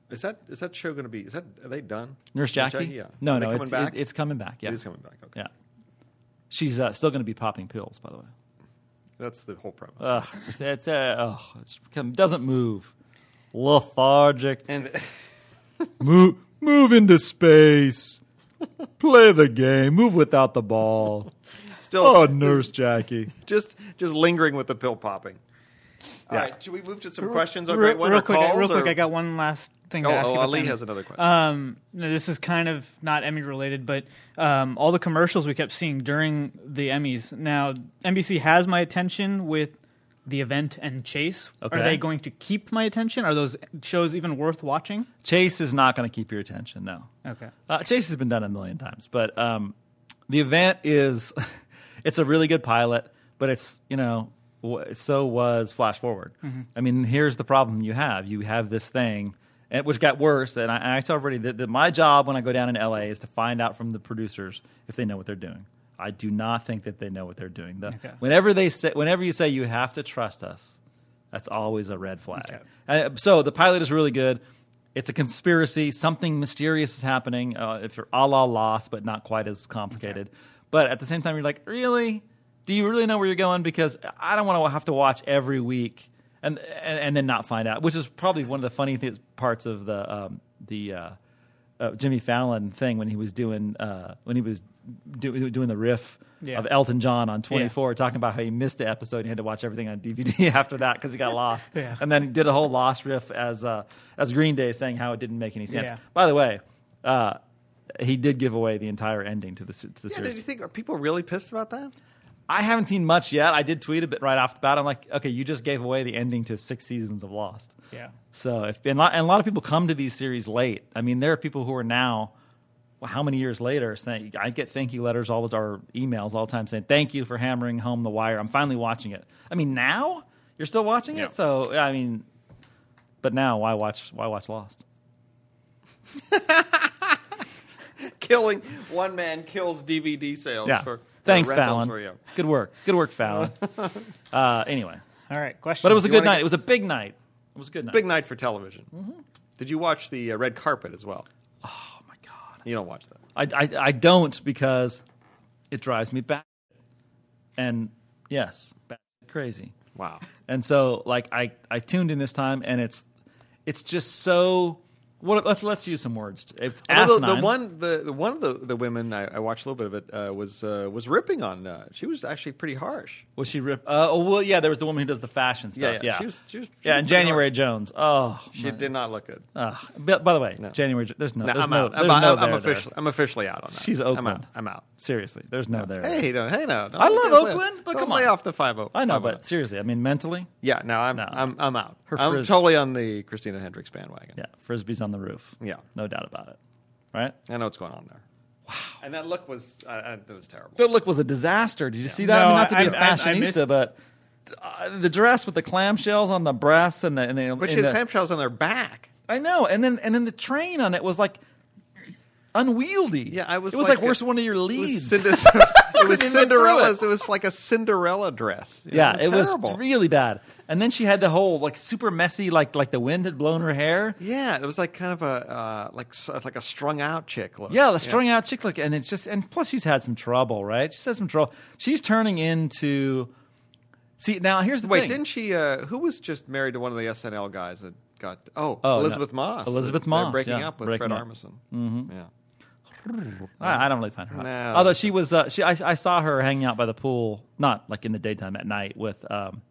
[SPEAKER 4] is that is that show going to be? Is that are they done?
[SPEAKER 2] Nurse Jackie?
[SPEAKER 4] yeah.
[SPEAKER 2] No,
[SPEAKER 4] Are they
[SPEAKER 2] no,
[SPEAKER 4] coming
[SPEAKER 2] it's
[SPEAKER 4] back?
[SPEAKER 2] It, it's coming back. Yeah,
[SPEAKER 4] It is coming back. Okay.
[SPEAKER 2] Yeah, she's uh, still going to be popping pills, by the way.
[SPEAKER 4] That's the whole premise.
[SPEAKER 2] Ugh, it's just, it's, uh, oh, it's become, doesn't move. Lethargic.
[SPEAKER 4] and
[SPEAKER 5] Move, move into space. Play the game. Move without the ball.
[SPEAKER 4] still,
[SPEAKER 5] Oh, Nurse Jackie.
[SPEAKER 4] just just lingering with the pill popping. All right, should we move to some questions on Great
[SPEAKER 3] Re-
[SPEAKER 4] Wonder
[SPEAKER 3] real quick,
[SPEAKER 4] Calls?
[SPEAKER 3] real quick,
[SPEAKER 4] or-
[SPEAKER 3] I got one last thing
[SPEAKER 4] Oh,
[SPEAKER 3] to ask
[SPEAKER 4] oh,
[SPEAKER 3] you. about
[SPEAKER 4] Ali
[SPEAKER 3] that.
[SPEAKER 4] has another question.
[SPEAKER 3] Um, no, this is kind of not Emmy related, but um, all the commercials we kept seeing during the Emmys. Now NBC has my attention with the event and Chase.
[SPEAKER 2] Okay.
[SPEAKER 3] Are they going to keep my attention? Are those shows even worth watching?
[SPEAKER 2] Chase is not going to keep your attention. No.
[SPEAKER 3] Okay.
[SPEAKER 2] Uh, Chase has been done a million times, but um, the event is it's a really good pilot, but it's you know wh- so was Flash Forward. I mean, here's the problem you have: you have this thing. And which got worse, and I, and I tell everybody that, that my job when I go down in LA is to find out from the producers if they know what they're doing. I do not think that they know what they're doing. The-
[SPEAKER 3] Okay.
[SPEAKER 2] Whenever they say, whenever you say you have to trust us, that's always a red flag. Uh, so the pilot is really good. It's a conspiracy. Something mysterious is happening. Uh, if you're a la Lost, but not quite as complicated. But at the same time, you're like, really? Do you really know where you're going? Because I don't want to have to watch every week and and, and then not find out, which is probably one of the funny th- parts of the um, the uh, uh, Jimmy Fallon thing when he was doing uh, when he was do, doing the riff
[SPEAKER 3] Yeah.
[SPEAKER 2] of Elton John on 24, talking about how he missed the episode and he had to watch everything on DVD after that because he got lost,
[SPEAKER 3] Yeah.
[SPEAKER 2] and then he did a whole Lost riff as uh, as Green Day saying how it didn't make any sense.
[SPEAKER 3] Yeah.
[SPEAKER 2] By the way, uh, he did give away the entire ending to the se- to the
[SPEAKER 4] yeah,
[SPEAKER 2] series.
[SPEAKER 4] did you think are people really pissed about that?
[SPEAKER 2] I haven't seen much yet. I did tweet a bit right off the bat. I'm like, okay, you just gave away the ending to six seasons of Lost.
[SPEAKER 3] Yeah.
[SPEAKER 2] So if and a lot, and a lot of people come to these series late. I mean, there are people who are now, well, how many years later, saying I get thank you letters all the or emails all the time saying thank you for hammering home the wire. I'm finally watching it. I mean, now you're still watching
[SPEAKER 4] Yeah.
[SPEAKER 2] it. So I mean, but now why watch why watch Lost?
[SPEAKER 4] Killing one man kills DVD sales.
[SPEAKER 2] Yeah.
[SPEAKER 4] For,
[SPEAKER 2] Thanks,
[SPEAKER 4] for rentals
[SPEAKER 2] Fallon.
[SPEAKER 4] For you.
[SPEAKER 2] Good work. Good work, Fallon. uh, anyway,
[SPEAKER 3] All right. Question.
[SPEAKER 2] but it was a
[SPEAKER 4] you
[SPEAKER 2] good
[SPEAKER 4] wanna
[SPEAKER 2] night.
[SPEAKER 4] get-
[SPEAKER 2] It was a big night. It was a good night.
[SPEAKER 4] Big night for television. Did you watch the uh, red carpet as well?
[SPEAKER 2] Mm-hmm. Oh my god.
[SPEAKER 4] You don't watch that.
[SPEAKER 2] I, I, I don't because it drives me back. And yes, bat crazy.
[SPEAKER 4] Wow.
[SPEAKER 2] And so like I, I tuned in this time and it's it's just so what let's let's use some words. It's
[SPEAKER 4] Although
[SPEAKER 2] asinine.
[SPEAKER 4] Oh, the, the one, the, the one of the, the women I, I watched a little bit of it uh, was uh, was ripping on. Uh, she was actually pretty harsh.
[SPEAKER 2] was she rip uh, oh well yeah, there was the woman who does the fashion stuff. Yeah.
[SPEAKER 4] yeah. She was- she was- she
[SPEAKER 2] Yeah,
[SPEAKER 4] was
[SPEAKER 2] and
[SPEAKER 4] pretty
[SPEAKER 2] January
[SPEAKER 4] hard.
[SPEAKER 2] Jones. Oh,
[SPEAKER 4] She did not look good.
[SPEAKER 2] uh, but, by the way, January. Jo- There's no.
[SPEAKER 4] No,
[SPEAKER 2] there's
[SPEAKER 4] I'm
[SPEAKER 2] no,
[SPEAKER 4] out.
[SPEAKER 2] There's
[SPEAKER 4] I'm, out.
[SPEAKER 2] no
[SPEAKER 4] I'm- I'm
[SPEAKER 2] there there.
[SPEAKER 4] officially, I'm officially out on that.
[SPEAKER 2] She's
[SPEAKER 4] I'm
[SPEAKER 2] Oakland.
[SPEAKER 4] out. I'm out.
[SPEAKER 2] Seriously, there's no there. there.
[SPEAKER 4] Hey, don't, hey, no. don't-
[SPEAKER 2] I love
[SPEAKER 4] don't lay-
[SPEAKER 2] Oakland, but
[SPEAKER 4] don't
[SPEAKER 2] come
[SPEAKER 4] lay
[SPEAKER 2] on.
[SPEAKER 4] off the five
[SPEAKER 2] I know, but seriously, I mean mentally.
[SPEAKER 4] yeah, no, I'm,
[SPEAKER 2] No.
[SPEAKER 4] I'm, I'm out.
[SPEAKER 2] Her
[SPEAKER 4] I'm
[SPEAKER 2] frizz-
[SPEAKER 4] totally on the Christina Hendricks bandwagon.
[SPEAKER 2] Yeah, frisbees on the roof.
[SPEAKER 4] Yeah.
[SPEAKER 2] no doubt about it. Right.
[SPEAKER 4] I know what's going on there. Wow. And that look was, uh, uh, that was terrible.
[SPEAKER 2] That look was a disaster. Did you see that? I
[SPEAKER 3] No,
[SPEAKER 2] mean, not to be
[SPEAKER 3] I-
[SPEAKER 2] a
[SPEAKER 3] I- I- I
[SPEAKER 2] fashionista,
[SPEAKER 3] missed-
[SPEAKER 2] but uh, the dress with the clamshells on the breasts and the and the,
[SPEAKER 4] But
[SPEAKER 2] and
[SPEAKER 4] she
[SPEAKER 2] the-
[SPEAKER 4] had clamshells on their back.
[SPEAKER 2] I know, and then and then the train on it was like unwieldy.
[SPEAKER 4] Yeah, I was.
[SPEAKER 2] It was like,
[SPEAKER 4] a-
[SPEAKER 2] worse than one of your
[SPEAKER 4] it was
[SPEAKER 2] leads.
[SPEAKER 4] Cinder- it was
[SPEAKER 2] Couldn't even
[SPEAKER 4] Cinderella's.
[SPEAKER 2] throw
[SPEAKER 4] It was like a Cinderella dress. You know,
[SPEAKER 2] yeah, it was,
[SPEAKER 4] terrible.
[SPEAKER 2] really bad. And then she had the whole like super messy, like like the wind had blown her hair.
[SPEAKER 4] yeah, it was like kind of a uh, like s- like a strung out chick look.
[SPEAKER 2] Yeah, the strung out chick look, and it's just and plus she's had some trouble, right? She's had some trouble. She's turning into See, now here's the
[SPEAKER 4] Wait,
[SPEAKER 2] thing.
[SPEAKER 4] didn't she? Uh, who was just married to one of the SNL guys that got? Oh,
[SPEAKER 2] Oh, no.
[SPEAKER 4] Elizabeth Moss.
[SPEAKER 2] Elizabeth
[SPEAKER 4] They're
[SPEAKER 2] Moss,
[SPEAKER 4] breaking
[SPEAKER 2] yeah,
[SPEAKER 4] up with
[SPEAKER 2] breaking
[SPEAKER 4] Fred
[SPEAKER 2] up. Mm-hmm.
[SPEAKER 4] Armisen. Yeah.
[SPEAKER 2] I, I don't really find her hot.
[SPEAKER 4] No.
[SPEAKER 2] Although she was, uh, she I, I saw her hanging out by the pool, not like in the daytime, at night with, um,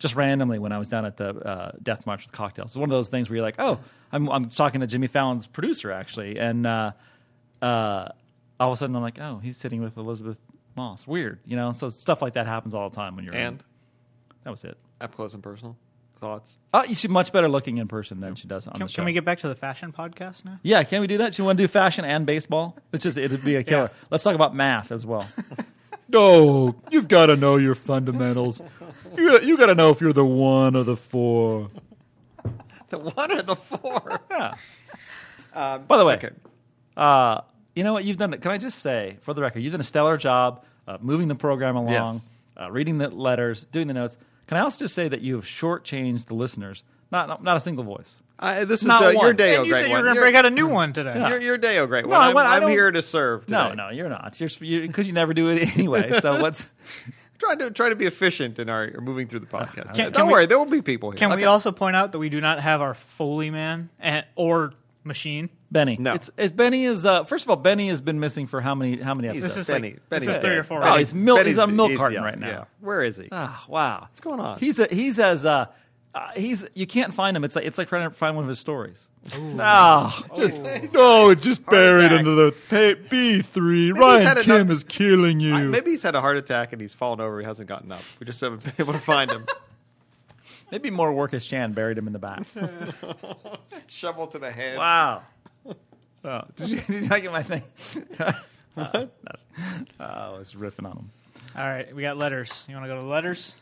[SPEAKER 2] just randomly when I was down at the uh, Death March with cocktails. It's one of those things where you're like, oh, I'm I'm talking to Jimmy Fallon's producer actually, and uh, uh, all of a sudden I'm like, oh, he's sitting with Elizabeth Moss. Weird, you know. So stuff like that happens all the time when you're in.
[SPEAKER 4] And
[SPEAKER 2] that was it.
[SPEAKER 4] up close and personal thoughts.
[SPEAKER 2] Oh, she's much better looking in person than she does on
[SPEAKER 3] Can,
[SPEAKER 2] the show.
[SPEAKER 3] can we get back to the fashion podcast now?
[SPEAKER 2] Yeah, can we do that? You want to do fashion and baseball? It's just it'd be a killer. Let's talk about math as well.
[SPEAKER 5] No, Oh, you've got to know your fundamentals. You, you got to know if you're the one or the four.
[SPEAKER 4] The one or the four.
[SPEAKER 2] Yeah. By the way,
[SPEAKER 4] okay.
[SPEAKER 2] uh, you know what you've done? Can I just say, for the record, you've done a stellar job uh, moving the program along,
[SPEAKER 4] Yes.
[SPEAKER 2] uh, reading the letters, doing the notes. Can I also just say that you have shortchanged the listeners? Not not, not a single voice.
[SPEAKER 4] I, this is
[SPEAKER 2] Not
[SPEAKER 4] uh,
[SPEAKER 2] one.
[SPEAKER 4] your day, oh
[SPEAKER 3] and you
[SPEAKER 4] great
[SPEAKER 3] said you were
[SPEAKER 4] one.
[SPEAKER 3] going to break out a new one today.
[SPEAKER 4] Your, your day, oh great
[SPEAKER 2] No,
[SPEAKER 4] one. I'm,
[SPEAKER 2] what- I
[SPEAKER 4] I'm
[SPEAKER 2] don't-
[SPEAKER 4] here to serve. Today.
[SPEAKER 2] No, no, you're not. You're because you never do it anyway. So what's
[SPEAKER 4] Try to try to be efficient in our moving through the podcast.
[SPEAKER 3] Can-
[SPEAKER 4] Don't
[SPEAKER 3] can we-
[SPEAKER 4] worry, there will be people here.
[SPEAKER 3] Can we also point out that we do not have our Foley man and, or machine?
[SPEAKER 2] Benny?
[SPEAKER 4] No.
[SPEAKER 2] it's, it's Benny is uh, first of all Benny has been missing for how many how many
[SPEAKER 4] He's
[SPEAKER 2] episodes?
[SPEAKER 4] this
[SPEAKER 3] is
[SPEAKER 4] Benny.
[SPEAKER 3] like-
[SPEAKER 4] Benny's
[SPEAKER 3] this is three
[SPEAKER 4] dead.
[SPEAKER 3] or four
[SPEAKER 2] Oh, he's
[SPEAKER 3] already.
[SPEAKER 2] milk.
[SPEAKER 4] Benny's
[SPEAKER 2] He's on milk
[SPEAKER 4] he's
[SPEAKER 2] carton
[SPEAKER 4] young,
[SPEAKER 2] right now.
[SPEAKER 4] yeah. Where is he?
[SPEAKER 2] Ah, wow. What's
[SPEAKER 4] going on?
[SPEAKER 2] He's a, he's as uh, uh, he's you can't find him. It's like it's like trying to find one of his stories. Oh,
[SPEAKER 5] Just, oh, it's just buried
[SPEAKER 4] attack.
[SPEAKER 5] under the pa- B3.
[SPEAKER 4] had
[SPEAKER 5] Ryan
[SPEAKER 4] enough-
[SPEAKER 5] Kim is killing you.
[SPEAKER 4] I- maybe he's had a heart attack and he's fallen over. He hasn't gotten up. We just haven't been able to find him.
[SPEAKER 2] maybe more work as Chan buried him in the back.
[SPEAKER 4] Shovel to the head.
[SPEAKER 2] wow. Oh, did you, did you not get my thing? uh, I was riffing on him.
[SPEAKER 3] All right, we got letters. You want to go to the letters?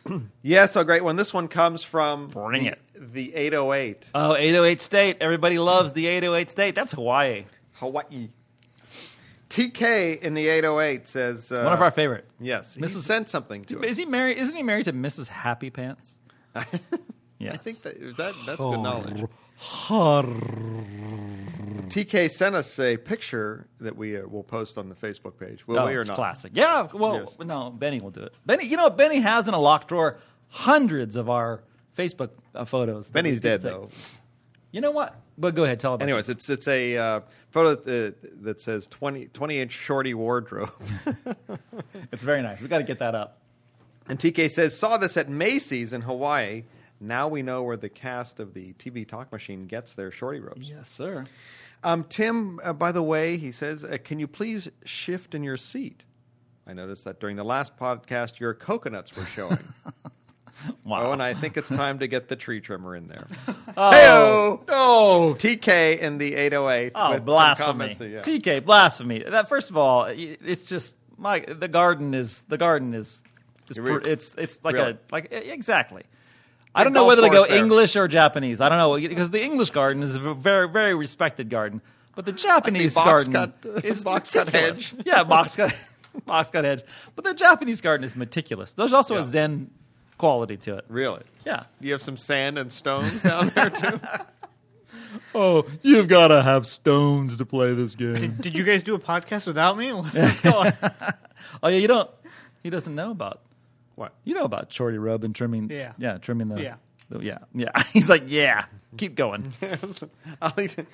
[SPEAKER 4] Yes, a great one. This one comes from
[SPEAKER 2] Bring
[SPEAKER 4] the,
[SPEAKER 2] it.
[SPEAKER 4] the 808
[SPEAKER 2] Oh, 808 State. Everybody loves the 808 State. That's Hawaii.
[SPEAKER 4] Hawaii. TK in the 808 says uh,
[SPEAKER 2] One of our favorite.
[SPEAKER 4] Yes, he
[SPEAKER 2] Mrs.
[SPEAKER 4] sent something to us.
[SPEAKER 2] Is he married? Isn't he married to Mrs. Happy Pants? Yes.
[SPEAKER 4] I think that is that that's good knowledge. TK sent us a picture that we uh, will post on the Facebook page. Will
[SPEAKER 2] Oh,
[SPEAKER 4] we or
[SPEAKER 2] it's
[SPEAKER 4] not?
[SPEAKER 2] classic. Yeah. Well,
[SPEAKER 4] Yes.
[SPEAKER 2] no, Benny will do it. Benny, you know, Benny has in a locked drawer hundreds of our Facebook uh, photos. that
[SPEAKER 4] Benny's
[SPEAKER 2] we did
[SPEAKER 4] dead
[SPEAKER 2] take.
[SPEAKER 4] though.
[SPEAKER 2] You know what? But go ahead, tell about
[SPEAKER 4] Anyways,
[SPEAKER 2] it.
[SPEAKER 4] it's it's a uh, photo that, uh, that says 20, 20 inch shorty wardrobe.
[SPEAKER 2] it's very nice. We got to get that up.
[SPEAKER 4] And TK says, saw this at Macy's in Hawaii. Now we know where the cast of the TV Talk Machine gets their shorty robes.
[SPEAKER 2] Yes, sir.
[SPEAKER 4] Um, Tim, uh, by the way, he says, uh, can you please shift in your seat? I noticed that during the last podcast, your coconuts were showing.
[SPEAKER 2] Wow.
[SPEAKER 4] oh, and I think it's time to get the tree trimmer in there. Heyo!
[SPEAKER 2] oh,
[SPEAKER 4] TK in the 808.
[SPEAKER 2] oh,
[SPEAKER 4] with some
[SPEAKER 2] blasphemy!
[SPEAKER 4] comments, uh, yeah.
[SPEAKER 2] TK, blasphemy! That first of all, i- it's just my the garden is the garden is, is
[SPEAKER 4] You're real-
[SPEAKER 2] pr- it's it's like
[SPEAKER 4] real.
[SPEAKER 2] a like e- exactly. I don't know
[SPEAKER 4] golf
[SPEAKER 2] whether to go
[SPEAKER 4] course there.
[SPEAKER 2] English or Japanese. I don't know because the English garden is a very very respected garden, but the Japanese
[SPEAKER 4] box
[SPEAKER 2] garden
[SPEAKER 4] cut-
[SPEAKER 2] is
[SPEAKER 4] box cut
[SPEAKER 2] meticulous.
[SPEAKER 4] hedge.
[SPEAKER 2] Yeah, box cut box cut hedge. But the Japanese garden is meticulous. There's also a
[SPEAKER 4] Yeah.
[SPEAKER 2] Zen quality to it.
[SPEAKER 4] Really?
[SPEAKER 2] Yeah.
[SPEAKER 4] Do you have some sand and stones down there, too?
[SPEAKER 5] oh, you've got to have stones to play this game.
[SPEAKER 3] Did you guys do a podcast without me?
[SPEAKER 2] Oh yeah, you don't. He doesn't know about
[SPEAKER 4] what?
[SPEAKER 2] you know about shorty robe and trimming.
[SPEAKER 3] Yeah.
[SPEAKER 2] yeah, trimming the.
[SPEAKER 3] Yeah.
[SPEAKER 2] the- yeah, yeah. He's like, yeah, keep going.
[SPEAKER 4] I'll even-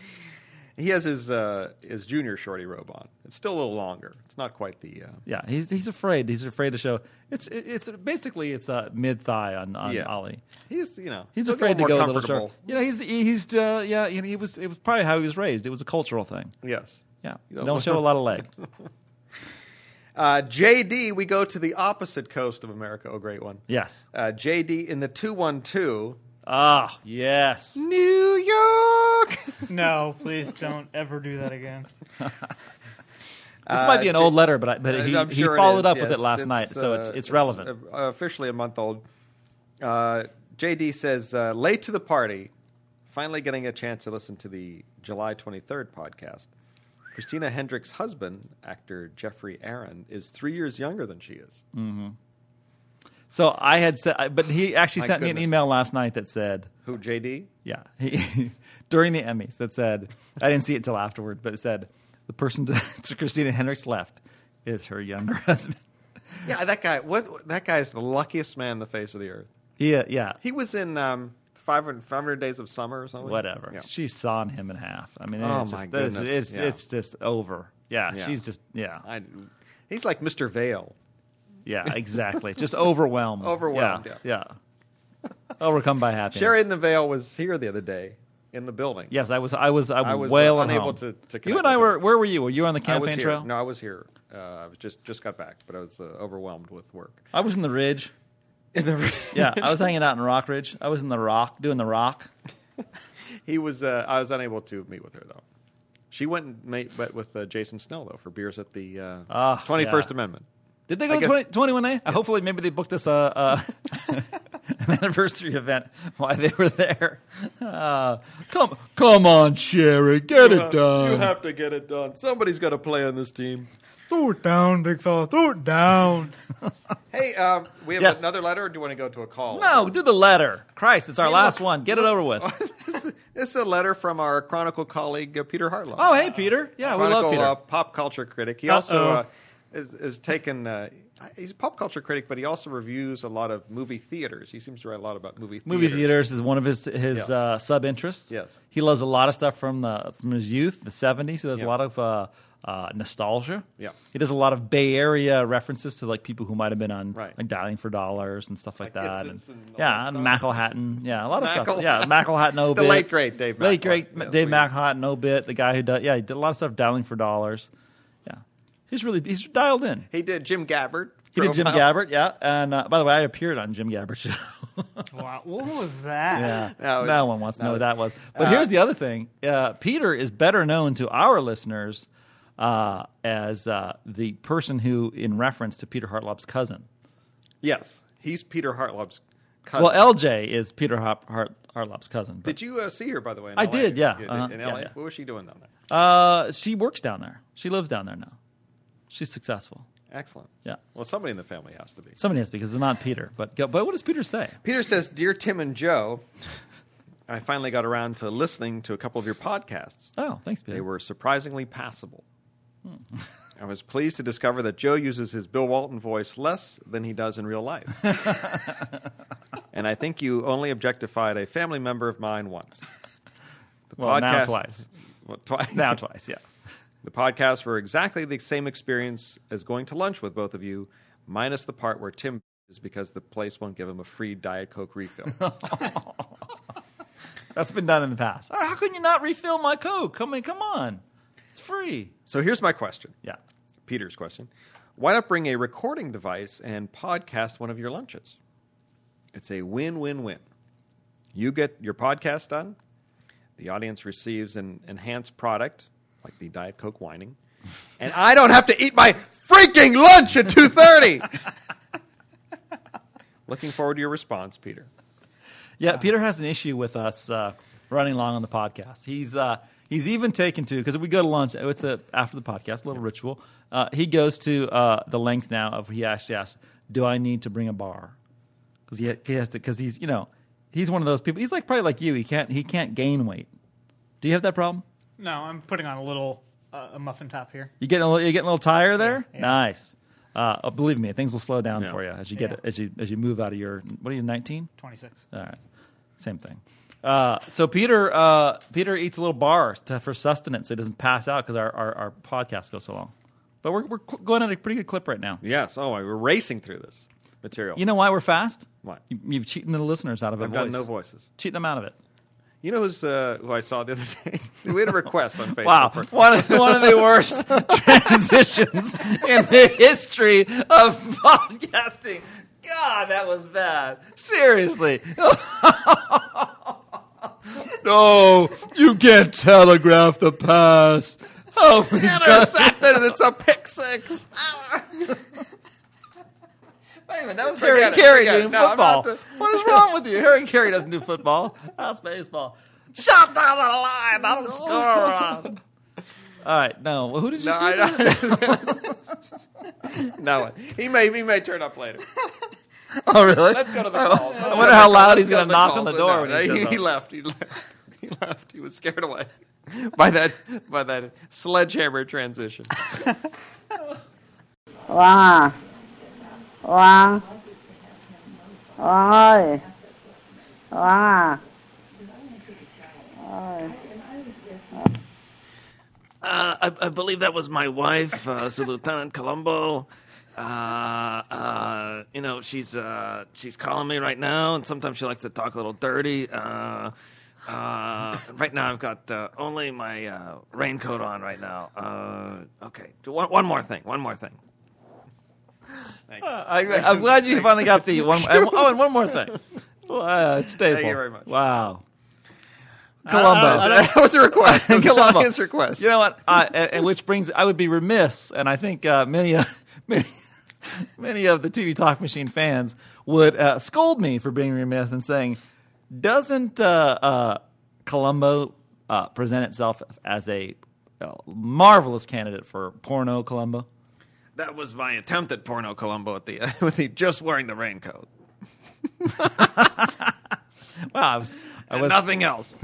[SPEAKER 4] he has his uh, his junior shorty robe on. It's still a little longer. It's not quite the. Uh,
[SPEAKER 2] Yeah, he's he's afraid. He's afraid to show. It's it, it's basically it's uh, mid thigh on on
[SPEAKER 4] Yeah.
[SPEAKER 2] Ollie.
[SPEAKER 4] he's you know
[SPEAKER 2] He's
[SPEAKER 4] he'll
[SPEAKER 2] afraid to
[SPEAKER 4] get more
[SPEAKER 2] go a little short.
[SPEAKER 4] comfortable.
[SPEAKER 2] You know, he's he's uh, yeah. You know, he was it was probably how he was raised. It was a cultural thing.
[SPEAKER 4] Yes.
[SPEAKER 2] Yeah,
[SPEAKER 4] You
[SPEAKER 2] don't,
[SPEAKER 4] don't
[SPEAKER 2] show a lot of leg.
[SPEAKER 4] Uh, JD, we go to the opposite coast of America. Oh, great one.
[SPEAKER 2] Yes.
[SPEAKER 4] Uh, JD in the two one two.
[SPEAKER 2] Ah, yes.
[SPEAKER 4] New York.
[SPEAKER 3] no, please don't ever do that again.
[SPEAKER 2] This might be an
[SPEAKER 4] Uh, J-
[SPEAKER 2] old letter, but I, but
[SPEAKER 4] Uh,
[SPEAKER 2] he,
[SPEAKER 4] I'm
[SPEAKER 2] he
[SPEAKER 4] sure it
[SPEAKER 2] followed
[SPEAKER 4] is,
[SPEAKER 2] up with
[SPEAKER 4] yes.
[SPEAKER 2] it last night, so
[SPEAKER 4] uh,
[SPEAKER 2] it's it's relevant.
[SPEAKER 4] uh, officially a month old. Uh, JD says uh, late to the party. Finally, getting a chance to listen to the July 23rd podcast. Christina Hendricks' husband, actor Jeffrey Aaron, is three years younger than she is.
[SPEAKER 2] Mm. so I had said, I- but he actually
[SPEAKER 4] My
[SPEAKER 2] sent me an
[SPEAKER 4] goodness.
[SPEAKER 2] email last night that said.
[SPEAKER 4] Who JD?
[SPEAKER 2] Yeah, he, during the Emmys, that said, I didn't see it till afterward, but it said the person to, to Christina Hendricks left is her younger husband.
[SPEAKER 4] Yeah, that guy. What that guy is the luckiest man in the face of the earth.
[SPEAKER 2] Yeah, uh, yeah.
[SPEAKER 4] He was in um, 500, 500 Days of Summer or something.
[SPEAKER 2] Whatever.
[SPEAKER 4] Yeah.
[SPEAKER 2] She's sawing him in half. I mean,
[SPEAKER 4] Oh,
[SPEAKER 2] it's
[SPEAKER 4] my
[SPEAKER 2] just, it's,
[SPEAKER 4] goodness.
[SPEAKER 2] it's,
[SPEAKER 4] Yeah.
[SPEAKER 2] it's just over. Yeah,
[SPEAKER 4] Yeah.
[SPEAKER 2] she's just yeah,
[SPEAKER 4] I, he's like Mr. Vale.
[SPEAKER 2] yeah, exactly. just overwhelmed.
[SPEAKER 4] Overwhelmed,
[SPEAKER 2] Yeah. yeah. Overcome by happiness.
[SPEAKER 4] Sherry in the Veil was here the other day in the building.
[SPEAKER 2] Yes, I was. I was. I,
[SPEAKER 4] I was, uh,
[SPEAKER 2] well
[SPEAKER 4] unable
[SPEAKER 2] home.
[SPEAKER 4] to- to
[SPEAKER 2] you
[SPEAKER 4] connect
[SPEAKER 2] and I
[SPEAKER 4] with
[SPEAKER 2] were.
[SPEAKER 4] her.
[SPEAKER 2] Where were you? Were you on the
[SPEAKER 4] I was
[SPEAKER 2] campaign
[SPEAKER 4] here.
[SPEAKER 2] trail?
[SPEAKER 4] No, I was here. Uh, I was just just got back, but I was uh, overwhelmed with work.
[SPEAKER 2] I was in the Ridge. Yeah, I was hanging out in Rock Ridge. I was in the Rock doing the Rock.
[SPEAKER 4] he was. Uh, I was unable to meet with her though. She went and made, met with uh, Jason Snell though for beers at the uh,
[SPEAKER 2] Ah,
[SPEAKER 4] Twenty First
[SPEAKER 2] yeah.
[SPEAKER 4] Amendment.
[SPEAKER 2] Did they go
[SPEAKER 4] I
[SPEAKER 2] to
[SPEAKER 4] guess-
[SPEAKER 2] 20, 21A? Uh, Hopefully, maybe they booked us a, uh an anniversary event while they were there. Uh, come,
[SPEAKER 5] Come on, Sherry, get it done.
[SPEAKER 4] have to get it done. Somebody's got to play on this team.
[SPEAKER 5] Throw it down, big fella. Throw it down.
[SPEAKER 4] Hey, um, we have
[SPEAKER 2] Yes.
[SPEAKER 4] another letter. or Do you want to go to a call?
[SPEAKER 2] no, do the letter. Christ, it's our
[SPEAKER 4] Hey,
[SPEAKER 2] last
[SPEAKER 4] look-
[SPEAKER 2] one. Get it over with.
[SPEAKER 4] this, is- this is a letter from our Chronicle colleague uh, Peter Hartloff.
[SPEAKER 2] Oh, hey, Peter. Yeah, we
[SPEAKER 4] Chronicle,
[SPEAKER 2] love Peter.
[SPEAKER 4] Uh, pop culture critic. He also uh, is, is taken. Uh, he's a pop culture critic, but he also reviews a lot of movie theaters. He seems to write a lot about movie theaters.
[SPEAKER 2] Movie theaters is one of his his
[SPEAKER 4] Yeah.
[SPEAKER 2] uh, sub interests.
[SPEAKER 4] Yes.
[SPEAKER 2] he loves a lot of stuff from the from his youth, the seventies. He does
[SPEAKER 4] Yeah.
[SPEAKER 2] a lot of uh, uh, nostalgia.
[SPEAKER 4] Yeah.
[SPEAKER 2] he does a lot of Bay Area references to like people who might have been on
[SPEAKER 4] Right.
[SPEAKER 2] like Dialing for Dollars and stuff like,
[SPEAKER 4] Like
[SPEAKER 2] that.
[SPEAKER 4] Itsits
[SPEAKER 2] and,
[SPEAKER 4] and all
[SPEAKER 2] yeah,
[SPEAKER 4] that
[SPEAKER 2] and
[SPEAKER 4] stuff.
[SPEAKER 2] McElhattan. Yeah, a lot of
[SPEAKER 4] Mackle-
[SPEAKER 2] stuff. Yeah, McElhattan.
[SPEAKER 4] The
[SPEAKER 2] Obit.
[SPEAKER 4] late great Dave.
[SPEAKER 2] late
[SPEAKER 4] Mackle.
[SPEAKER 2] great
[SPEAKER 4] Yes,
[SPEAKER 2] Dave
[SPEAKER 4] we-
[SPEAKER 2] McElhattan. Obit, the guy who does. Yeah, he did a lot of stuff Dialing for Dollars. Yeah, he's really he's dialed in.
[SPEAKER 4] He did Jim Gabbard.
[SPEAKER 2] He did Jim
[SPEAKER 4] profile.
[SPEAKER 2] Gabbert, yeah. And uh, by the way, I appeared on Jim Gabbert's show.
[SPEAKER 3] Wow, what was that?
[SPEAKER 2] Yeah,
[SPEAKER 4] No,
[SPEAKER 2] no,
[SPEAKER 4] it-
[SPEAKER 2] one wants to
[SPEAKER 4] no,
[SPEAKER 2] know
[SPEAKER 4] it-
[SPEAKER 2] what that was. But here's the other thing: uh, Peter is better known to our listeners uh, as uh, the person who, in reference to Peter Hartloff's cousin.
[SPEAKER 4] Yes, he's Peter Hartloff's cousin.
[SPEAKER 2] Well, LJ is Peter Hart, Hart, Hartloff's cousin. But,
[SPEAKER 4] did you uh, see her by the way? in
[SPEAKER 2] I
[SPEAKER 4] LA?
[SPEAKER 2] did, yeah.
[SPEAKER 4] You
[SPEAKER 2] Uh-huh.
[SPEAKER 4] in
[SPEAKER 2] Yeah,
[SPEAKER 4] LA.
[SPEAKER 2] yeah.
[SPEAKER 4] What was she doing down there?
[SPEAKER 2] uh, she works down there. She lives down there now. She's successful.
[SPEAKER 4] Excellent.
[SPEAKER 2] Yeah.
[SPEAKER 4] Well, somebody in the family has to be.
[SPEAKER 2] Somebody has because it's not Peter. But but what does Peter say?
[SPEAKER 4] Peter says, "Dear Tim and Joe, I finally got around to listening to a couple of your podcasts.
[SPEAKER 2] Oh, thanks, Peter.
[SPEAKER 4] They were surprisingly passable.
[SPEAKER 2] Hmm.
[SPEAKER 4] I was pleased to discover that Joe uses his Bill Walton voice less than he does in real life. and I think you only objectified a family member of mine once. The
[SPEAKER 2] well, now twice.
[SPEAKER 4] Well, twice.
[SPEAKER 2] Now twice. Yeah.
[SPEAKER 4] The podcasts were exactly the same experience as going to lunch with both of you, minus the part where Tim is because the place won't give him a free Diet Coke refill.
[SPEAKER 2] That's been done in the past. Ah, How can you not refill my Coke? I mean, come on. It's free.
[SPEAKER 4] so here's my question.
[SPEAKER 2] Yeah.
[SPEAKER 4] Peter's question. Why not bring a recording device and podcast one of your lunches? It's a win win win. You get your podcast done, the audience receives an enhanced product, like the Diet Coke whining, and I don't have to eat my freaking lunch at 2.30. Looking forward to your response, Peter.
[SPEAKER 2] Yeah,
[SPEAKER 3] Um,
[SPEAKER 2] Peter has an issue with us uh, running long on the podcast. He's uh, he's even taken to because we go to lunch. It's a, after the podcast, a little ritual. Uh, he goes to uh, the length now of he actually asks, "Do I need to bring a bar?" Because he, he has to because he's you know he's one of those people. He's like probably like you. He can't he can't gain weight. Do you have that problem?
[SPEAKER 3] No, I'm putting on a little uh, a muffin top here.
[SPEAKER 2] You getting a little, you getting a little tire there?
[SPEAKER 3] Yeah.
[SPEAKER 2] Nice. Uh, oh, believe me, things will slow down
[SPEAKER 4] Yeah.
[SPEAKER 2] for you as you get
[SPEAKER 3] Yeah.
[SPEAKER 2] as you as you move out of your what are you nineteen?
[SPEAKER 3] Twenty six.
[SPEAKER 2] All right, same thing. Uh, so Peter uh, Peter eats a little bar to, for sustenance so he doesn't pass out because our, our our podcast goes so long. But we're we're cl- going at a pretty good clip right now.
[SPEAKER 4] Yes, oh, we're racing through this material.
[SPEAKER 2] You know why we're fast?
[SPEAKER 4] Why?
[SPEAKER 2] You, you've cheating the listeners out of a
[SPEAKER 4] I've
[SPEAKER 2] voice.
[SPEAKER 4] done no voices.
[SPEAKER 2] Cheating them out of it.
[SPEAKER 4] You know who's, uh, who I saw the other day? we had a request on Facebook.
[SPEAKER 2] Wow,
[SPEAKER 4] for-
[SPEAKER 2] one of, one of the worst transitions in the history of podcasting. God, that was bad. Seriously,
[SPEAKER 5] No, Oh, you can't telegraph the pass.
[SPEAKER 2] oh, my God.
[SPEAKER 4] intercepted and it's a pick six.
[SPEAKER 2] Wait a minute, that was
[SPEAKER 4] Forget
[SPEAKER 2] Harry
[SPEAKER 4] it,
[SPEAKER 2] Carey
[SPEAKER 4] forget it.
[SPEAKER 2] doing
[SPEAKER 4] No, I'm
[SPEAKER 2] football.
[SPEAKER 4] not the-
[SPEAKER 2] What is wrong with you? Harry Carey doesn't do football. That's baseball. Shot down the line. That'll score. All right, no. Well, who did you
[SPEAKER 4] No,
[SPEAKER 2] see?
[SPEAKER 4] I
[SPEAKER 2] there?
[SPEAKER 4] don't- no, he may he may turn up later.
[SPEAKER 2] Oh, really?
[SPEAKER 4] Let's go to the call.
[SPEAKER 2] I wonder how loud he's going to knock on the door. when he
[SPEAKER 4] he,
[SPEAKER 2] shows up.
[SPEAKER 4] left. He left. He left. He was scared away by that by that sledgehammer transition.
[SPEAKER 6] Wow. Hoàng Hoàng ơi Hoàng à Ôi.
[SPEAKER 7] Uh, I, I believe that was my wife, uh, so Lieutenant Colombo. Uh, uh, you know, she's uh, she's calling me right now, and sometimes she likes to talk a little dirty. Uh, uh, right now, I've got uh, only my uh, raincoat on right now. Uh, okay, one, one more thing. One more thing.
[SPEAKER 2] I, I'm glad you finally got the one. And, oh, and one more thing. Uh, staple.
[SPEAKER 4] Thank you very much.
[SPEAKER 2] Wow. Columbo.
[SPEAKER 4] that was a request. That was an
[SPEAKER 2] Columbo.
[SPEAKER 4] audience request.
[SPEAKER 2] You know what? I, and, and which brings, I would be remiss, and I think uh, many, of- many, many of the TV Talk Machine fans would uh, scold me for being remiss and saying, doesn't uh, uh, Columbo uh, present itself as a uh, marvelous candidate for porno Columbo?
[SPEAKER 7] That was my attempt at porno Colombo at the with the just wearing the raincoat.
[SPEAKER 2] Wow, I was, I
[SPEAKER 7] And
[SPEAKER 2] was
[SPEAKER 7] nothing else.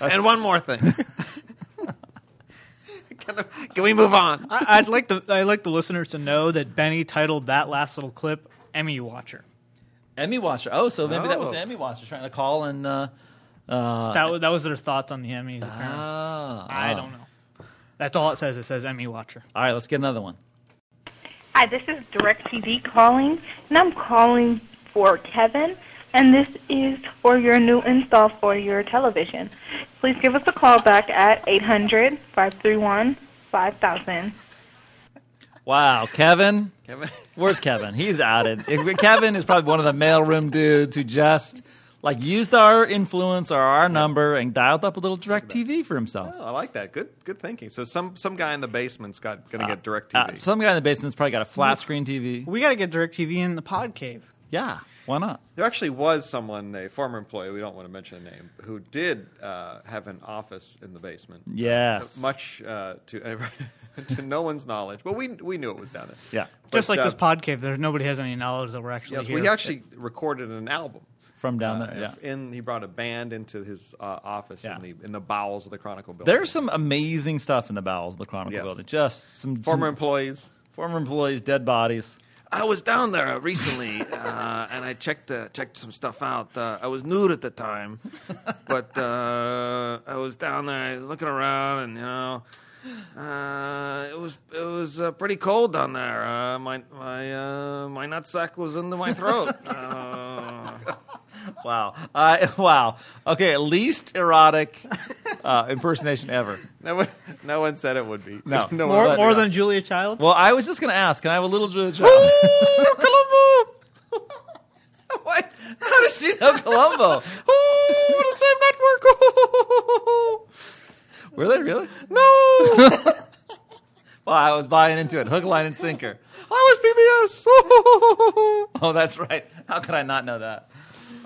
[SPEAKER 7] and one more thing. Can- Can we move on?
[SPEAKER 2] Uh,
[SPEAKER 3] I, I'd like to. I'd like the listeners to know that Benny titled that last little clip "Emmy Watcher."
[SPEAKER 2] Emmy Watcher. Oh, so maybe that was
[SPEAKER 4] Oh.
[SPEAKER 2] the Emmy Watcher trying to call and. Uh,
[SPEAKER 3] That was that was their thoughts on the Emmys. Apparently.
[SPEAKER 2] ah,
[SPEAKER 3] I don't know. That's all it says. It says Emmy Watcher.
[SPEAKER 2] All right, let's get another one.
[SPEAKER 8] Hi, this is DirecTV calling, and I'm calling for Kevin, and this is for your new install for your television. Please give us a call back at eight hundred five three one five thousand.
[SPEAKER 2] Wow, Kevin.
[SPEAKER 4] Kevin.
[SPEAKER 2] Where's Kevin? He's outed. If- Kevin is probably one of the mailroom dudes who just like used our influence or our number and dialed up a little direct TV for himself.
[SPEAKER 4] Oh, I like that. Good, good thinking. So some some guy in the basement's got gonna get direct Mm-hmm.
[SPEAKER 2] Uh,
[SPEAKER 4] TV.
[SPEAKER 2] some guy in the basement's probably got a flat screen TV.
[SPEAKER 3] We got to get DirecTV in the pod cave.
[SPEAKER 2] Yeah, why not?
[SPEAKER 4] there actually was someone, a former employee, we don't want to mention a name, who did uh, have an office in the basement. Uh,
[SPEAKER 2] Yes.
[SPEAKER 4] much uh, to to no one's knowledge, but we we knew it was down there.
[SPEAKER 2] Yeah.
[SPEAKER 3] Just
[SPEAKER 4] But,
[SPEAKER 3] like
[SPEAKER 4] uh,
[SPEAKER 3] this pod cave, there's nobody has any knowledge that we're actually
[SPEAKER 4] Yes,
[SPEAKER 3] here.
[SPEAKER 4] we actually recorded an album.
[SPEAKER 2] From down
[SPEAKER 4] Uh,
[SPEAKER 2] there. Yeah.
[SPEAKER 4] in he brought a band into his uh, office in
[SPEAKER 2] Yeah.
[SPEAKER 4] the in the bowels of the Chronicle building.
[SPEAKER 2] There's some amazing stuff in the bowels of the Chronicle
[SPEAKER 4] Yes.
[SPEAKER 2] building. Just some
[SPEAKER 4] former
[SPEAKER 2] some
[SPEAKER 4] employees.
[SPEAKER 2] former employees, dead bodies.
[SPEAKER 7] I was down there recently, uh, and I checked uh, checked some stuff out. Uh, I was nude at the time, but uh, I was down there looking around, and you know, uh, it was it was uh, pretty cold down there. Uh, my my uh, my nutsack was into my throat. Uh,
[SPEAKER 2] Wow. Uh, wow. Okay, least erotic uh, impersonation ever.
[SPEAKER 4] No one, no one said it would be.
[SPEAKER 2] No.
[SPEAKER 4] no one
[SPEAKER 3] more
[SPEAKER 4] said
[SPEAKER 2] But-
[SPEAKER 3] more
[SPEAKER 4] it.
[SPEAKER 3] than Julia Childs.
[SPEAKER 2] Well, I was just going to ask, can I have a little Julia Child? What? How does she know Columbo? oh, what a same network. Were they really? No. well, I was buying into it. Hook, line, and sinker. I was PBS. oh, that's right. How could I not know that?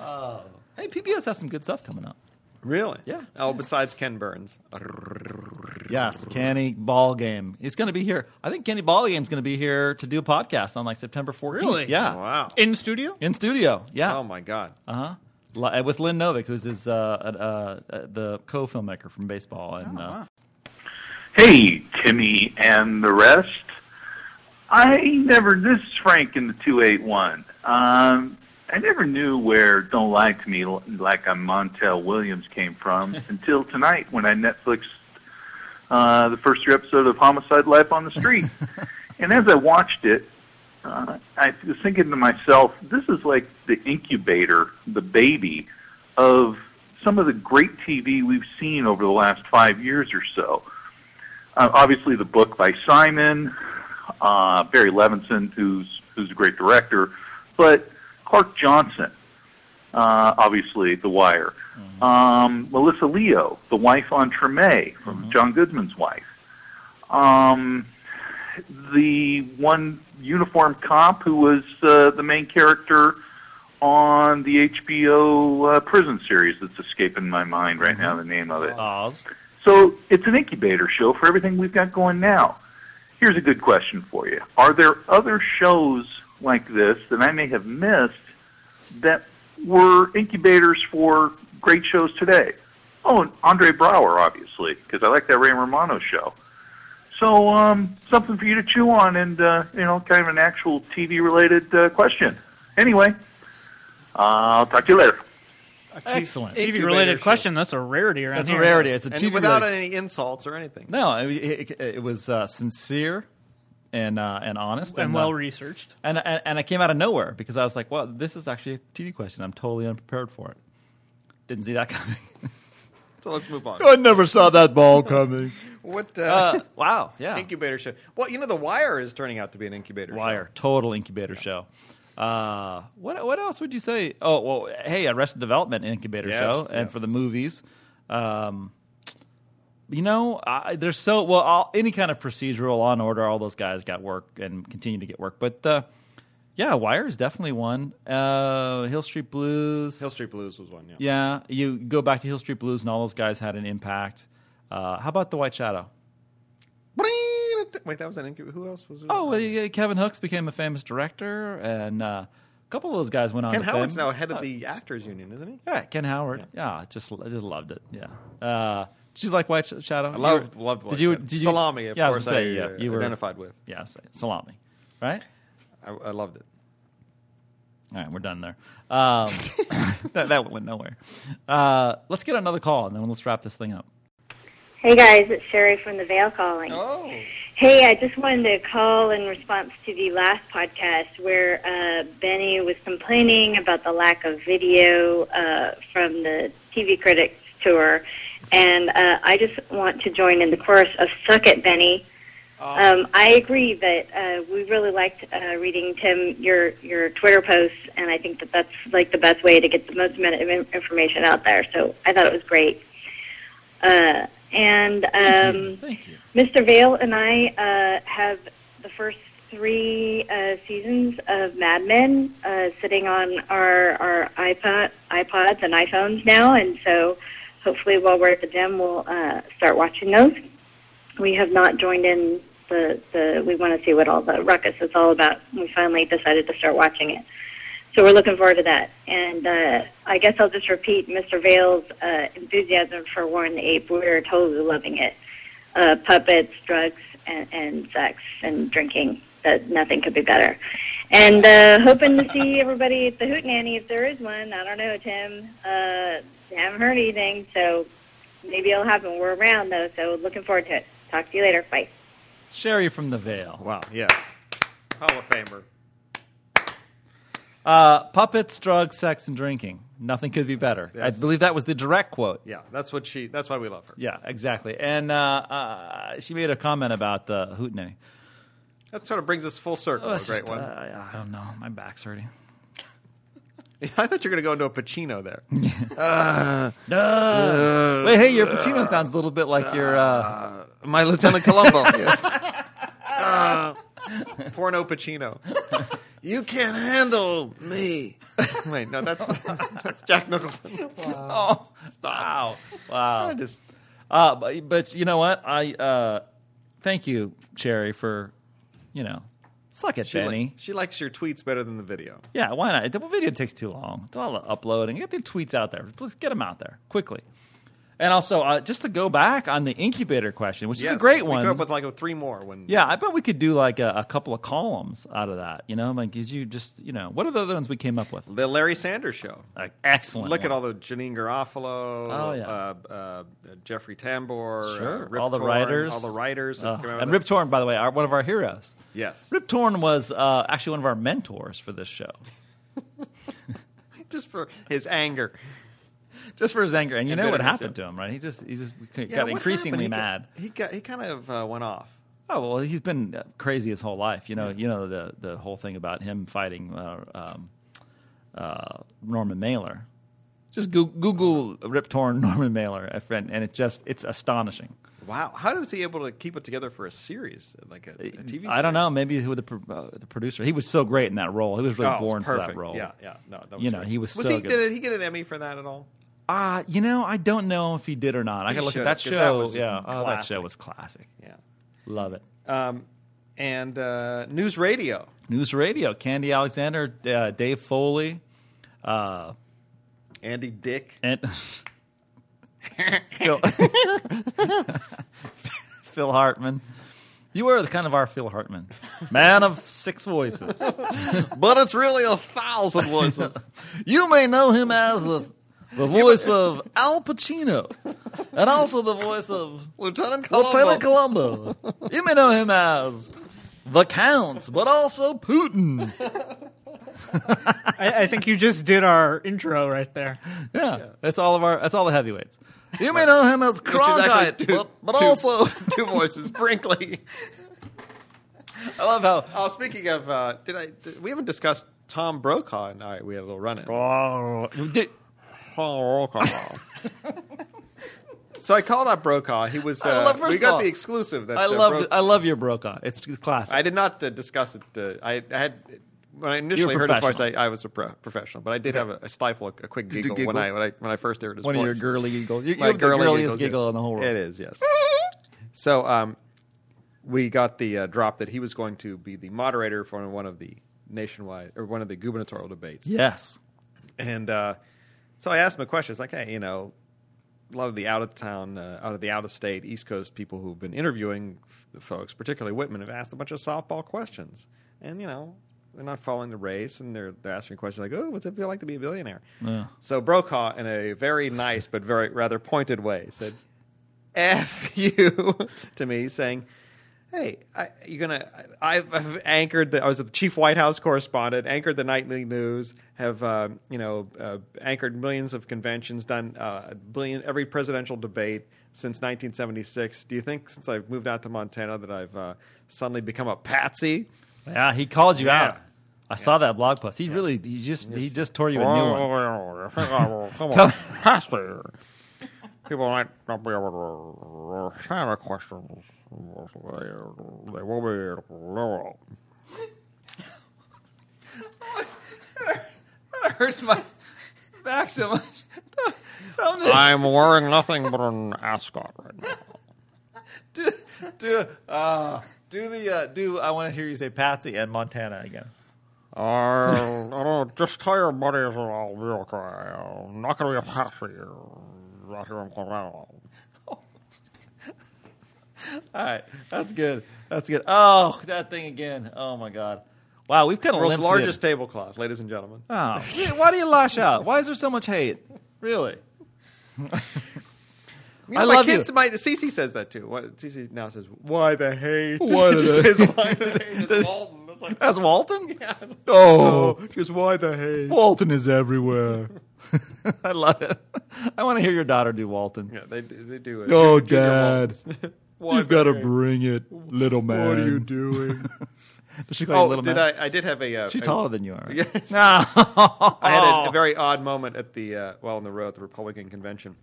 [SPEAKER 2] Oh. Hey, PBS has some good stuff coming up.
[SPEAKER 4] really.
[SPEAKER 2] Yeah.
[SPEAKER 4] Oh, besides Ken Burns.
[SPEAKER 2] Yes, Kenny Ball Game. He's going to be here. I think Kenny Ball Game's going to be here to do a podcast on like September 14th.
[SPEAKER 3] Really?
[SPEAKER 2] Yeah.
[SPEAKER 4] Wow.
[SPEAKER 3] in studio.
[SPEAKER 2] In studio. Yeah.
[SPEAKER 4] Oh my God.
[SPEAKER 2] Uh huh. With Lynn Novick, who's his, uh, uh, uh, the co-filmmaker from baseball, and uh,
[SPEAKER 9] Hey, Timmy and the rest. I never, this is Frank in the 281. Um, I never knew where Don't Lie to Me L- Like I'm Montel Williams came from until tonight when I Netflixed uh, the first three episodes of Homicide Life on the Street. and as I watched it, uh, I was thinking to myself, this is like the incubator, the baby of some of the great TV we've seen over the last five years or so uh, obviously the book by Simon, uh, Barry Levinson, who's who's a great director, but Clark Johnson, uh, obviously The Wire, um, Melissa Leo, the wife on Treme from John Goodman's wife, um, the one uniform cop who was uh, the main character on the HBO uh, prison series that's escaping my mind right now, the name of it.
[SPEAKER 2] Oz.
[SPEAKER 9] So it's an incubator show for everything we've got going now. Here's a good question for you. Are there other shows like this that I may have missed that were incubators for great shows today? Oh, and Andre Brower, obviously, because I like that Ray Romano show. So, um, something for you to chew on, and uh, you know, kind of an actual TV-related uh, question. Anyway, uh, I'll talk to you later.
[SPEAKER 2] Excellent.
[SPEAKER 3] TV
[SPEAKER 4] Incubator
[SPEAKER 3] related
[SPEAKER 4] show.
[SPEAKER 3] question. That's a rarity around
[SPEAKER 2] That's a
[SPEAKER 3] here.
[SPEAKER 2] rarity. It's a
[SPEAKER 4] And
[SPEAKER 2] TV
[SPEAKER 4] without
[SPEAKER 2] related-
[SPEAKER 4] any insults or anything.
[SPEAKER 2] No, it, it, it was uh, sincere and uh, and honest
[SPEAKER 3] and
[SPEAKER 2] uh,
[SPEAKER 3] well researched.
[SPEAKER 2] and, and and I came out of nowhere because I was like, "Well, this is actually a TV question. I'm totally unprepared for it. Didn't see that coming."
[SPEAKER 4] So let's move on.
[SPEAKER 5] I never saw that ball coming.
[SPEAKER 4] What uh,
[SPEAKER 2] Uh, wow, yeah,
[SPEAKER 4] incubator show? Well, you know, The Wire is turning out to be an incubator. show.
[SPEAKER 2] Wire, total incubator show. Uh, what what else would you say? Oh well, hey, Arrested Development incubator
[SPEAKER 4] Yes,
[SPEAKER 2] show, and
[SPEAKER 4] yes.
[SPEAKER 2] for the movies, um, you know, I, there's so well all, any kind of procedural Law and Order. All those guys got work and continue to get work, but uh, yeah, Wire is definitely one. Uh, Hill Street Blues,
[SPEAKER 4] Hill Street Blues was one. Yeah.
[SPEAKER 2] yeah, you go back to Hill Street Blues, and all those guys had an impact. Uh, how about the White Shadow?
[SPEAKER 4] Wait, that was an incubator. Who else was?
[SPEAKER 2] Oh, well, yeah, Kevin Hooks became a famous director, and uh, a couple of those guys went on.
[SPEAKER 4] Ken
[SPEAKER 2] to
[SPEAKER 4] Howard's
[SPEAKER 2] fame.
[SPEAKER 4] now head
[SPEAKER 2] Uh,
[SPEAKER 4] of the Actors Union, isn't he?
[SPEAKER 2] Yeah, Ken Howard. Yeah, I just I just loved it. Yeah. Uh, did you like White Sh- Shadow? I
[SPEAKER 4] Loved, loved. White
[SPEAKER 2] Did you?
[SPEAKER 4] Shadow.
[SPEAKER 2] Did you?
[SPEAKER 4] Salami, of
[SPEAKER 2] yeah, I was
[SPEAKER 4] course.
[SPEAKER 2] gonna say,
[SPEAKER 4] I,
[SPEAKER 2] yeah,
[SPEAKER 4] uh,
[SPEAKER 2] you were
[SPEAKER 4] identified with.
[SPEAKER 2] Yeah, sa- salami. Right.
[SPEAKER 4] I, I loved it.
[SPEAKER 2] All right, we're done there. Um, that that went nowhere. Uh, let's get another call, and then let's wrap this thing up.
[SPEAKER 10] Hey guys, it's Sherry from the Vale calling.
[SPEAKER 4] Oh,
[SPEAKER 10] Hey, I just wanted to call in response to the last podcast where uh, Benny was complaining about the lack of video uh, from the TV Critics Tour, and uh, I just want to join in the chorus of "Suck it, Benny." Um, I agree that uh, we really liked uh, reading Tim your your Twitter posts, and I think that that's like the best way to get the most amount of in- information out there. So I thought it was great. Uh, and um,
[SPEAKER 2] Thank you. Thank you.
[SPEAKER 10] Mr. Vale and I uh, have the first three uh, seasons of Mad Men uh, sitting on our, our iPod, iPods and iPhones now, and so hopefully while we're at the gym, we'll uh, start watching those. We have not joined in the, the we want to see what all the ruckus is all about. We finally decided to start watching it. So we're looking forward to that. And uh, I guess I'll just repeat Mr. Vale's uh, enthusiasm for Warren the Ape. We're totally loving it. Uh, puppets, drugs, and, and sex and drinking. That nothing could be better. And uh, hoping to see everybody at the Hootenanny if there is one. I don't know, Tim. Uh, haven't heard anything, so maybe it'll happen. We're around though, so looking forward to it. Talk to you later. Bye.
[SPEAKER 2] Sherry from the Vale.
[SPEAKER 4] wow, yes, Hall of Famer.
[SPEAKER 2] Uh, puppets, drugs, sex, and drinking. Nothing could be better. I
[SPEAKER 4] That's-
[SPEAKER 2] believe that was the direct quote.
[SPEAKER 4] Yeah, that's what she. That's why we love her.
[SPEAKER 2] Yeah, exactly. And uh, uh, she made a comment about the hootenanny.
[SPEAKER 4] That sort of brings us full circle.
[SPEAKER 2] Oh,
[SPEAKER 4] a
[SPEAKER 2] that's
[SPEAKER 4] great
[SPEAKER 2] just-
[SPEAKER 4] one.
[SPEAKER 2] uh, I don't know. My back's hurting.
[SPEAKER 4] I thought you were going to go into a Pacino there.
[SPEAKER 2] Uh, Wait, hey, your Pacino sounds a little bit like your. Uh,
[SPEAKER 7] My Lieutenant Columbo.
[SPEAKER 4] Uh, Porno Pacino.
[SPEAKER 7] You can't handle me.
[SPEAKER 4] Wait, no, that's that's Jack Nicholson.
[SPEAKER 2] oh, wow, wow.
[SPEAKER 4] I just-
[SPEAKER 2] Uh, but, but you know what? I uh, thank you, Cherry, for you know, suck it,
[SPEAKER 4] she,
[SPEAKER 2] Benny.
[SPEAKER 4] li- she likes your tweets better than the video.
[SPEAKER 2] Yeah, why not? The video takes too long. Do all the uploading. Get the tweets out there. Please get them out there quickly. And also, uh, just to go back on the incubator question, which is a
[SPEAKER 4] Yes,
[SPEAKER 2] great
[SPEAKER 4] we
[SPEAKER 2] one.
[SPEAKER 4] Came up with like three more when
[SPEAKER 2] Yeah, I bet we could do like a, a couple of columns out of that. You know, like did you just you know what are the other ones we came up with?
[SPEAKER 4] the Larry Sanders Show.
[SPEAKER 2] Like, excellent.
[SPEAKER 4] Look
[SPEAKER 2] one.
[SPEAKER 4] at all the Janine Garofalo,
[SPEAKER 2] Oh, yeah.
[SPEAKER 4] uh, uh, Jeffrey Tambor,
[SPEAKER 2] Sure.
[SPEAKER 4] uh, Rip
[SPEAKER 2] All the
[SPEAKER 4] Torn,
[SPEAKER 2] writers.
[SPEAKER 4] all the writers, that
[SPEAKER 2] Uh,
[SPEAKER 4] came out
[SPEAKER 2] and
[SPEAKER 4] of
[SPEAKER 2] Rip
[SPEAKER 4] that.
[SPEAKER 2] Torn, by the way, are one of our heroes.
[SPEAKER 4] Yes,
[SPEAKER 2] Rip Torn was uh, actually one of our mentors for this show,
[SPEAKER 4] just for his anger.
[SPEAKER 2] just for his anger. And you
[SPEAKER 4] And
[SPEAKER 2] know what
[SPEAKER 4] bitterness,
[SPEAKER 2] happened
[SPEAKER 4] yeah.
[SPEAKER 2] to him, right? He just he just got
[SPEAKER 4] what
[SPEAKER 2] increasingly mad.
[SPEAKER 4] happened? He got, he got he kind of uh, went off.
[SPEAKER 2] Oh well, he's been uh, crazy his whole life. You know, you know the the whole thing about him fighting uh, um, uh, Norman Mailer. Just Goo- Google Rip Torn Norman Mailer, a friend, and it's just it's astonishing.
[SPEAKER 4] Wow, how was he able to keep it together for a series like a, a TV? Series?
[SPEAKER 2] Uh, I don't know. Maybe who the pro- uh, the producer? He was so great in that role. He was really
[SPEAKER 4] Oh, it was
[SPEAKER 2] born for that
[SPEAKER 4] perfect.
[SPEAKER 2] role.
[SPEAKER 4] Yeah, yeah. No, that was
[SPEAKER 2] You know,
[SPEAKER 4] great.
[SPEAKER 2] he was
[SPEAKER 4] was
[SPEAKER 2] so
[SPEAKER 4] he,
[SPEAKER 2] good.
[SPEAKER 4] Did he get an Emmy for that at all?
[SPEAKER 2] Ah, you know, I don't know if he did or not. I got to look
[SPEAKER 4] should,
[SPEAKER 2] at that
[SPEAKER 4] 'cause
[SPEAKER 2] show.
[SPEAKER 4] that was just
[SPEAKER 2] yeah, oh, that
[SPEAKER 4] classic.
[SPEAKER 2] show was classic.
[SPEAKER 4] Yeah.
[SPEAKER 2] Love it.
[SPEAKER 4] Um, and uh, News Radio.
[SPEAKER 2] News Radio, Candy Alexander, uh, Dave Foley, uh,
[SPEAKER 4] Andy Dick.
[SPEAKER 2] and Phil Phil Hartman, You are the kind of our Phil Hartman, man of six voices.
[SPEAKER 4] but it's really a thousand voices.
[SPEAKER 2] you may know him as the, the voice of Al Pacino, and also the voice of
[SPEAKER 4] Lieutenant Columbo.
[SPEAKER 2] Lieutenant Columbo. You may know him as the Count, but also Putin.
[SPEAKER 3] I, I think you just did our intro right there.
[SPEAKER 2] Yeah, that's all of our. That's all the heavyweights. You may know him as Cronkite, but, but also
[SPEAKER 4] two voices. Brinkley.
[SPEAKER 2] I love how
[SPEAKER 4] Oh, speaking of, uh, did I? Did, we haven't discussed Tom Brokaw. And, all right, we had a little
[SPEAKER 2] Oh,
[SPEAKER 4] run in. Oh, so I called up Brokaw. He was. Uh,
[SPEAKER 2] I love- first
[SPEAKER 4] we
[SPEAKER 2] of
[SPEAKER 4] got
[SPEAKER 2] all,
[SPEAKER 4] the exclusive. That
[SPEAKER 2] I
[SPEAKER 4] uh,
[SPEAKER 2] love
[SPEAKER 4] Bro-
[SPEAKER 2] I love your Brokaw. It's classic.
[SPEAKER 4] I did not uh, discuss it. Uh, I, I had when I initially heard his voice, I,
[SPEAKER 2] professional.
[SPEAKER 4] I was a pro- professional, but I did have a, a stifle, a, a quick
[SPEAKER 2] you
[SPEAKER 4] giggle, when
[SPEAKER 2] giggle?
[SPEAKER 4] I when I when I first heard his
[SPEAKER 2] One
[SPEAKER 4] voice.
[SPEAKER 2] of your girly giggles. You're,
[SPEAKER 4] My
[SPEAKER 2] you're the
[SPEAKER 4] girly
[SPEAKER 2] girliest
[SPEAKER 4] giggles,
[SPEAKER 2] giggle
[SPEAKER 4] yes.
[SPEAKER 2] in the whole world.
[SPEAKER 4] It is yes. so um, we got the uh, drop that he was going to be the moderator for one of the nationwide or one of the gubernatorial debates.
[SPEAKER 2] Yes.
[SPEAKER 4] And uh, so I asked him a question. It's like, hey, you know, a lot of the out of town, uh, out of the out of state, East Coast people who've been interviewing f- the folks, particularly Whitman, have asked a bunch of softball questions. And, you know, they're not following the race and they're, they're asking questions like, oh, what's it feel like to be a billionaire?
[SPEAKER 2] Yeah.
[SPEAKER 4] So Brokaw, in a very nice but very rather pointed way, said, F you to me, saying, Hey, I, you're gonna. I, I've, I've anchored. The, I was the chief White House correspondent. Anchored the nightly news. Have uh, you know uh, anchored millions of conventions. Done uh, a billion every presidential debate since 1976. Do you think since I've moved out to Montana that I've uh, suddenly become a patsy?
[SPEAKER 2] Yeah, he called you
[SPEAKER 4] Yeah.
[SPEAKER 2] out. I saw that blog post. He really he just he just tore you a new one.
[SPEAKER 4] Come
[SPEAKER 2] Tell-
[SPEAKER 4] on, Pastor. People might not be able to answer questions. They will be low.
[SPEAKER 2] That hurts my back so much. Tell him to
[SPEAKER 4] I'm wearing nothing but an ascot right now.
[SPEAKER 2] do do, uh, do the uh, do. I want to hear you say Patsy and Montana again.
[SPEAKER 4] I, I don't know, just tell your buddies that I'll be okay. I'm not going to be a patsy right here in Colorado.
[SPEAKER 2] All right, that's good. That's good. Oh, that thing again. Oh my God. Wow, we've kind of
[SPEAKER 4] World's
[SPEAKER 2] limped
[SPEAKER 4] largest
[SPEAKER 2] In.
[SPEAKER 4] tablecloth, ladies and gentlemen.
[SPEAKER 2] Oh, really? why do you lash out? Why is there so much hate? Really?
[SPEAKER 4] You know,
[SPEAKER 2] I
[SPEAKER 4] my
[SPEAKER 2] love
[SPEAKER 4] kids
[SPEAKER 2] you.
[SPEAKER 4] might. Cece says that too. What Cece now says, "Why the hate?
[SPEAKER 5] Why
[SPEAKER 4] She
[SPEAKER 5] the
[SPEAKER 4] just
[SPEAKER 5] hate?
[SPEAKER 4] says, "Why the hate?" It's Walton. It's like,
[SPEAKER 2] That's Walton.
[SPEAKER 5] Oh,
[SPEAKER 4] oh, she goes, "Why the hate?"
[SPEAKER 5] Walton is everywhere.
[SPEAKER 2] I love it. I want to hear your daughter do Walton.
[SPEAKER 4] Yeah, they do- they do it.
[SPEAKER 5] Oh,
[SPEAKER 4] Junior
[SPEAKER 5] Dad,
[SPEAKER 4] Waltons.
[SPEAKER 5] you've got to bring it, little man. What are you doing?
[SPEAKER 2] Does she call you
[SPEAKER 4] Oh,
[SPEAKER 2] little
[SPEAKER 4] did
[SPEAKER 2] man?
[SPEAKER 4] I? I did have a. Uh,
[SPEAKER 2] She's
[SPEAKER 4] a-
[SPEAKER 2] taller than you are.
[SPEAKER 4] Yes.
[SPEAKER 2] No.
[SPEAKER 4] I had
[SPEAKER 2] Oh.
[SPEAKER 4] a, a very odd moment at the uh, well on the road at the Republican convention.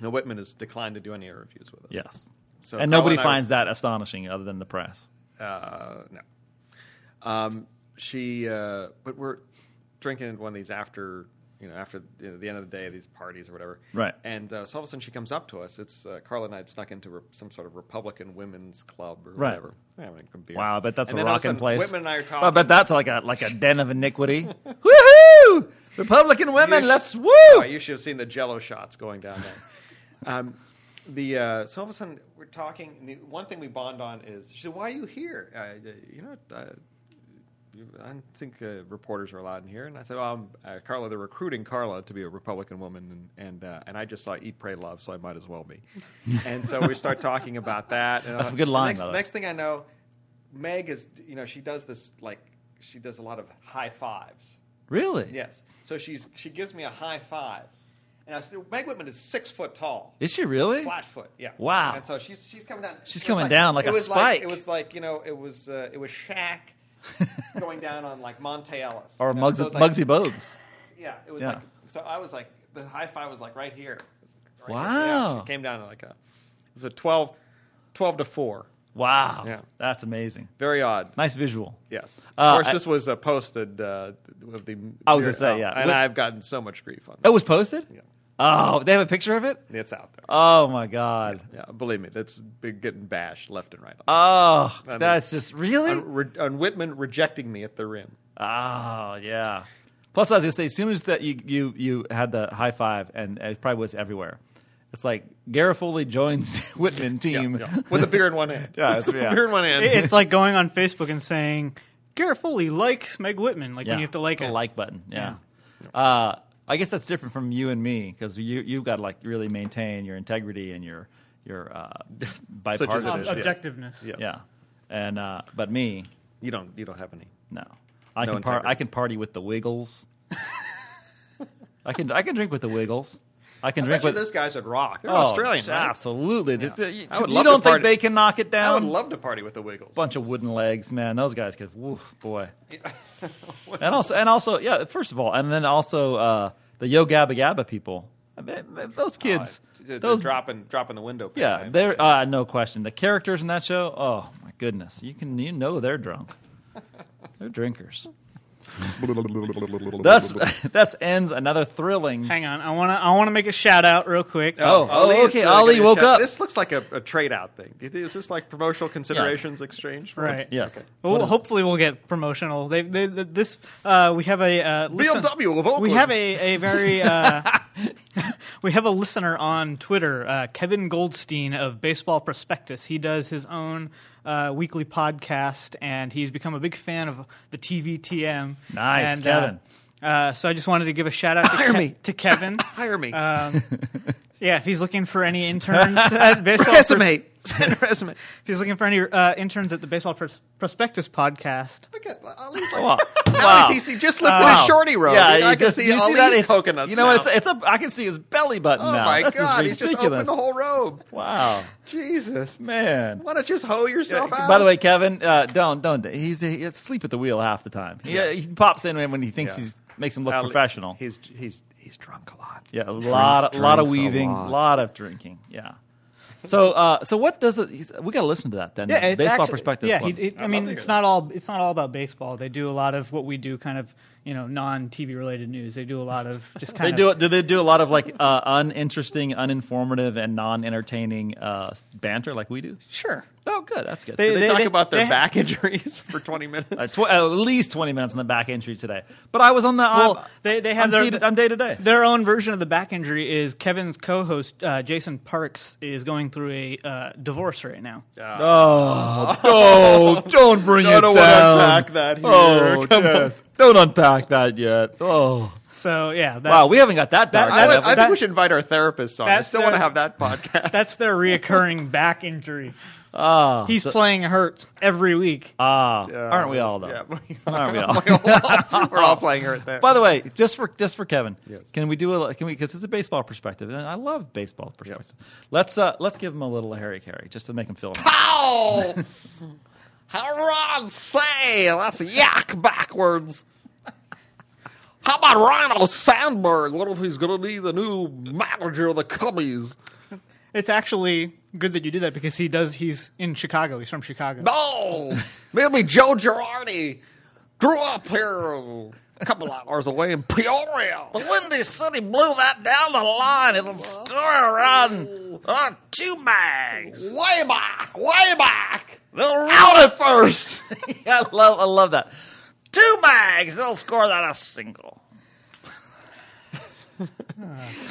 [SPEAKER 4] Now Whitman has declined to do any interviews with us.
[SPEAKER 2] Yes.
[SPEAKER 4] So
[SPEAKER 2] and
[SPEAKER 4] Colin
[SPEAKER 2] nobody
[SPEAKER 4] I-
[SPEAKER 2] finds that astonishing other than the press.
[SPEAKER 4] Uh, no. Um, she, uh, but we're drinking at one of these after, you know, after the the end of the day, these parties or whatever.
[SPEAKER 2] Right.
[SPEAKER 4] And uh, so all of a sudden she comes up to us. It's uh, Carla and I had snuck into re- some sort of Republican women's club or
[SPEAKER 2] Right.
[SPEAKER 4] whatever. We're having a beer.
[SPEAKER 2] Wow, I bet that's
[SPEAKER 4] And
[SPEAKER 2] a
[SPEAKER 4] then all of
[SPEAKER 2] rocking
[SPEAKER 4] sudden
[SPEAKER 2] place.
[SPEAKER 4] Whitman and I are talking.
[SPEAKER 2] I bet that's like a like a den of iniquity. Woohoo! Republican women,
[SPEAKER 4] You-
[SPEAKER 2] let's woo!
[SPEAKER 4] Oh, you should have seen the jello shots going down there. um, the uh, so all of a sudden we're talking. And the one thing we bond on is she said, "Why are you here? Uh, uh, you know, uh, you, I don't think uh, reporters are allowed in here." And I said, "Well, I'm, uh, Carla, they're recruiting Carla to be a Republican woman, and and, uh, and I just saw Eat, Pray, Love, so I might as well be." and so we start talking about that. And
[SPEAKER 2] That's
[SPEAKER 4] uh,
[SPEAKER 2] a good line,
[SPEAKER 4] Next,
[SPEAKER 2] by the way.
[SPEAKER 4] next thing I know, Meg is you know she does this like she does a lot of high fives.
[SPEAKER 2] Really?
[SPEAKER 4] Yes. So she's she gives me a high five, and I said, Meg Whitman is six foot tall,
[SPEAKER 2] Is she really?
[SPEAKER 4] flat foot. Yeah.
[SPEAKER 2] Wow.
[SPEAKER 4] And so she's she's coming down.
[SPEAKER 2] She's
[SPEAKER 4] it was
[SPEAKER 2] coming down like
[SPEAKER 4] it
[SPEAKER 2] a
[SPEAKER 4] was
[SPEAKER 2] spike.
[SPEAKER 4] it was like you know it was uh, it was Shaq going down on like Monte Ellis
[SPEAKER 2] Or
[SPEAKER 4] you know?
[SPEAKER 2] Muggsy,
[SPEAKER 4] So it was like-
[SPEAKER 2] Muggsy Bogues.
[SPEAKER 4] Yeah. It was
[SPEAKER 2] Yeah.
[SPEAKER 4] like so I was like the high five was like right here. It was, like, right
[SPEAKER 2] Wow.
[SPEAKER 4] here. Yeah, she came down to like a it was a 12, 12 to four.
[SPEAKER 2] Wow.
[SPEAKER 4] Yeah.
[SPEAKER 2] That's amazing.
[SPEAKER 4] Very odd.
[SPEAKER 2] Nice visual.
[SPEAKER 4] Yes. Of
[SPEAKER 2] Uh,
[SPEAKER 4] course,
[SPEAKER 2] I-
[SPEAKER 4] this was uh, posted uh, with the.
[SPEAKER 2] I was gonna say, yeah.
[SPEAKER 4] And
[SPEAKER 2] What-
[SPEAKER 4] I've gotten so much grief on. That.
[SPEAKER 2] It was posted?
[SPEAKER 4] Yeah.
[SPEAKER 2] Oh, they have a picture of it?
[SPEAKER 4] It's out there.
[SPEAKER 2] Oh my god.
[SPEAKER 4] Yeah, believe me, that's been getting bashed left and right.
[SPEAKER 2] Oh,
[SPEAKER 4] mean-
[SPEAKER 2] that's just really
[SPEAKER 4] on, re- on Whitman rejecting me at the rim.
[SPEAKER 2] Oh yeah. Plus, I was gonna say, as soon as that you you you had the high five, and it probably was everywhere. It's like Garofoli joins Whitman team
[SPEAKER 4] with a beer in one hand.
[SPEAKER 2] Yeah, it's- yeah.
[SPEAKER 4] beer in one hand.
[SPEAKER 3] It- It's like going on Facebook and saying, Garrett Foley likes Meg Whitman. Like when you have to like
[SPEAKER 2] the
[SPEAKER 3] it.
[SPEAKER 2] like button. Yeah. Uh, I guess that's different from you and me because you you've got to like really maintain your integrity and your your uh,
[SPEAKER 4] Such as it is,
[SPEAKER 2] bipartisanship.
[SPEAKER 4] yes.
[SPEAKER 3] Objectiveness.
[SPEAKER 4] Yes.
[SPEAKER 2] Yeah. And uh, but me,
[SPEAKER 4] You don't. You don't have any.
[SPEAKER 2] no. I
[SPEAKER 4] No
[SPEAKER 2] can par-
[SPEAKER 4] integrity.
[SPEAKER 2] I can party with the Wiggles. I can I can drink with the Wiggles. I can
[SPEAKER 4] I
[SPEAKER 2] drink
[SPEAKER 4] bet you
[SPEAKER 2] with
[SPEAKER 4] this guy should rock. They're
[SPEAKER 2] Oh,
[SPEAKER 4] Australian, right?
[SPEAKER 2] Absolutely. The- the- you
[SPEAKER 4] I would
[SPEAKER 2] you
[SPEAKER 4] love to
[SPEAKER 2] don't think
[SPEAKER 4] party-
[SPEAKER 2] they can knock it
[SPEAKER 4] I would
[SPEAKER 2] down?
[SPEAKER 4] love to party with the Wiggles.
[SPEAKER 2] bunch of wooden legs, man. Those guys could, woof, boy. and also, and also, yeah. First of all, and then also uh, the Yo Gabba Gabba people. I mean, those kids,
[SPEAKER 4] Oh, They're
[SPEAKER 2] those
[SPEAKER 4] dropping, dropping the window. pane,
[SPEAKER 2] yeah,
[SPEAKER 4] right?
[SPEAKER 2] they're uh, no question. The characters in that show, oh my goodness, you can you know they're drunk. They're drinkers. that's that's ends another thrilling.
[SPEAKER 3] Hang on. I want to I wanna make a shout out real quick.
[SPEAKER 2] Oh,
[SPEAKER 4] Ali
[SPEAKER 2] oh
[SPEAKER 4] is
[SPEAKER 2] okay.
[SPEAKER 4] the-
[SPEAKER 2] Ali
[SPEAKER 4] gonna
[SPEAKER 2] woke
[SPEAKER 4] shout-
[SPEAKER 2] up.
[SPEAKER 4] This looks like a, a trade out thing. Do you think, is this like promotional considerations exchange? For
[SPEAKER 3] Right.
[SPEAKER 2] yes.
[SPEAKER 3] Well, hopefully we'll get promotional. They, they, th- this uh, we have a uh, listen-
[SPEAKER 4] BMW of Oakland.
[SPEAKER 3] We have a a very uh, we have a listener on Twitter, uh, Kevin Goldstein of Baseball Prospectus. He does his own uh, weekly podcast, and he's become a big fan of the TVTM.
[SPEAKER 2] Nice,
[SPEAKER 3] And, uh,
[SPEAKER 2] Kevin.
[SPEAKER 3] uh, so I just wanted to give a shout out to,
[SPEAKER 4] Hire
[SPEAKER 3] Ke-
[SPEAKER 4] me.
[SPEAKER 3] to Kevin.
[SPEAKER 4] Hire me.
[SPEAKER 3] Um, yeah, if he's looking for any interns at Baseball Pros-
[SPEAKER 4] resume. Send a resume.
[SPEAKER 3] if he's looking for any uh, interns at the Baseball Pros- Prospectus podcast,
[SPEAKER 4] Look at Ali's like,
[SPEAKER 2] Wow.
[SPEAKER 4] Ali's- he's, he just lifted his shorty robe.
[SPEAKER 2] Yeah,
[SPEAKER 4] I
[SPEAKER 2] you
[SPEAKER 4] can
[SPEAKER 2] just-
[SPEAKER 4] see
[SPEAKER 2] you
[SPEAKER 4] Ali's
[SPEAKER 2] see that? It's,
[SPEAKER 4] coconuts.
[SPEAKER 2] you know what?
[SPEAKER 4] now.
[SPEAKER 2] It's it's up. I can see his belly button
[SPEAKER 4] oh
[SPEAKER 2] now.
[SPEAKER 4] my
[SPEAKER 2] this
[SPEAKER 4] god!
[SPEAKER 2] is
[SPEAKER 4] He's just
[SPEAKER 2] ridiculous.
[SPEAKER 4] opened the whole robe.
[SPEAKER 2] wow,
[SPEAKER 4] Jesus,
[SPEAKER 2] man.
[SPEAKER 4] why don't you just hoe yourself out?
[SPEAKER 2] By the way, Kevin, uh, don't don't. He's he, sleep at the wheel half the time. He, uh, he pops in when he thinks
[SPEAKER 4] Yeah.
[SPEAKER 2] he's makes him look
[SPEAKER 4] Ali-
[SPEAKER 2] professional.
[SPEAKER 4] He's he's he's drunk a lot.
[SPEAKER 2] Yeah, a lot, a lot of
[SPEAKER 4] drinks a
[SPEAKER 2] weaving, a lot.
[SPEAKER 4] lot.
[SPEAKER 2] of drinking. Yeah. So, uh, so what does it? he's- We got to listen to that then.
[SPEAKER 3] yeah, it's
[SPEAKER 2] baseball
[SPEAKER 3] actu-
[SPEAKER 2] perspective.
[SPEAKER 3] Yeah,
[SPEAKER 2] one.
[SPEAKER 3] he, it- I mean, it's not all it's not all about baseball. They do a lot of what we do, kind of you know non TV related news. They do a lot of just kind
[SPEAKER 2] they
[SPEAKER 3] of
[SPEAKER 2] do. Do they do a lot of like uh, uninteresting, uninformative, and non-entertaining uh, banter like we do?
[SPEAKER 3] Sure,
[SPEAKER 2] Oh, good. That's good.
[SPEAKER 4] They,
[SPEAKER 3] They-
[SPEAKER 4] talk
[SPEAKER 3] they-
[SPEAKER 4] about their
[SPEAKER 3] they-
[SPEAKER 4] back injuries for twenty minutes.
[SPEAKER 2] Uh, tw- at least 20 minutes in the back entry today. But I was on the. I'm-
[SPEAKER 3] Well, they- they have
[SPEAKER 2] I'm
[SPEAKER 3] their-
[SPEAKER 2] day to- I'm day to day.
[SPEAKER 3] their own version of the back injury is Kevin's co-host uh, Jason Parks is going through a uh, divorce right now.
[SPEAKER 5] Oh, no, don't bring
[SPEAKER 4] I
[SPEAKER 5] it
[SPEAKER 4] don't
[SPEAKER 5] down.
[SPEAKER 4] wanna unpack that here.
[SPEAKER 5] Oh,
[SPEAKER 4] Come on.
[SPEAKER 5] yes. Don't unpack that yet. Oh,
[SPEAKER 3] So yeah, that,
[SPEAKER 2] Wow, we haven't got that dark.
[SPEAKER 4] I, would-
[SPEAKER 2] have
[SPEAKER 4] I
[SPEAKER 2] we?
[SPEAKER 4] think we should invite our therapist on. I
[SPEAKER 3] That's
[SPEAKER 4] still want to
[SPEAKER 3] the-
[SPEAKER 4] have that podcast.
[SPEAKER 3] that's their reoccurring back injury.
[SPEAKER 4] Ah,
[SPEAKER 3] He's playing hurt every week.
[SPEAKER 2] Ah,
[SPEAKER 4] Uh,
[SPEAKER 2] aren't we all though?
[SPEAKER 4] Yeah, we
[SPEAKER 2] Aren't we
[SPEAKER 4] are.
[SPEAKER 2] all?
[SPEAKER 4] We're all playing her at that.
[SPEAKER 2] By the way, just for just for Kevin,
[SPEAKER 4] Yes.
[SPEAKER 2] can we do a can we because it's a baseball perspective and I love baseball perspective. Let's uh let's give him a little Harry Carey just to make him feel.
[SPEAKER 4] Ow! How Ron Sale? That's yak backwards. How about Ronald Sandberg? What if he's going to be the new manager of the Cubbies?
[SPEAKER 3] It's actually good that you do that because he does. He's in Chicago. He's from Chicago.
[SPEAKER 4] No! Maybe Joe Girardi grew up here a couple hours away in Peoria.
[SPEAKER 7] The Windy City blew that down the line. It'll score a run on two bags.
[SPEAKER 4] Way back! Way back!
[SPEAKER 7] They'll
[SPEAKER 4] Out at first!
[SPEAKER 2] I love I love that.
[SPEAKER 7] two bags. They'll score that a single.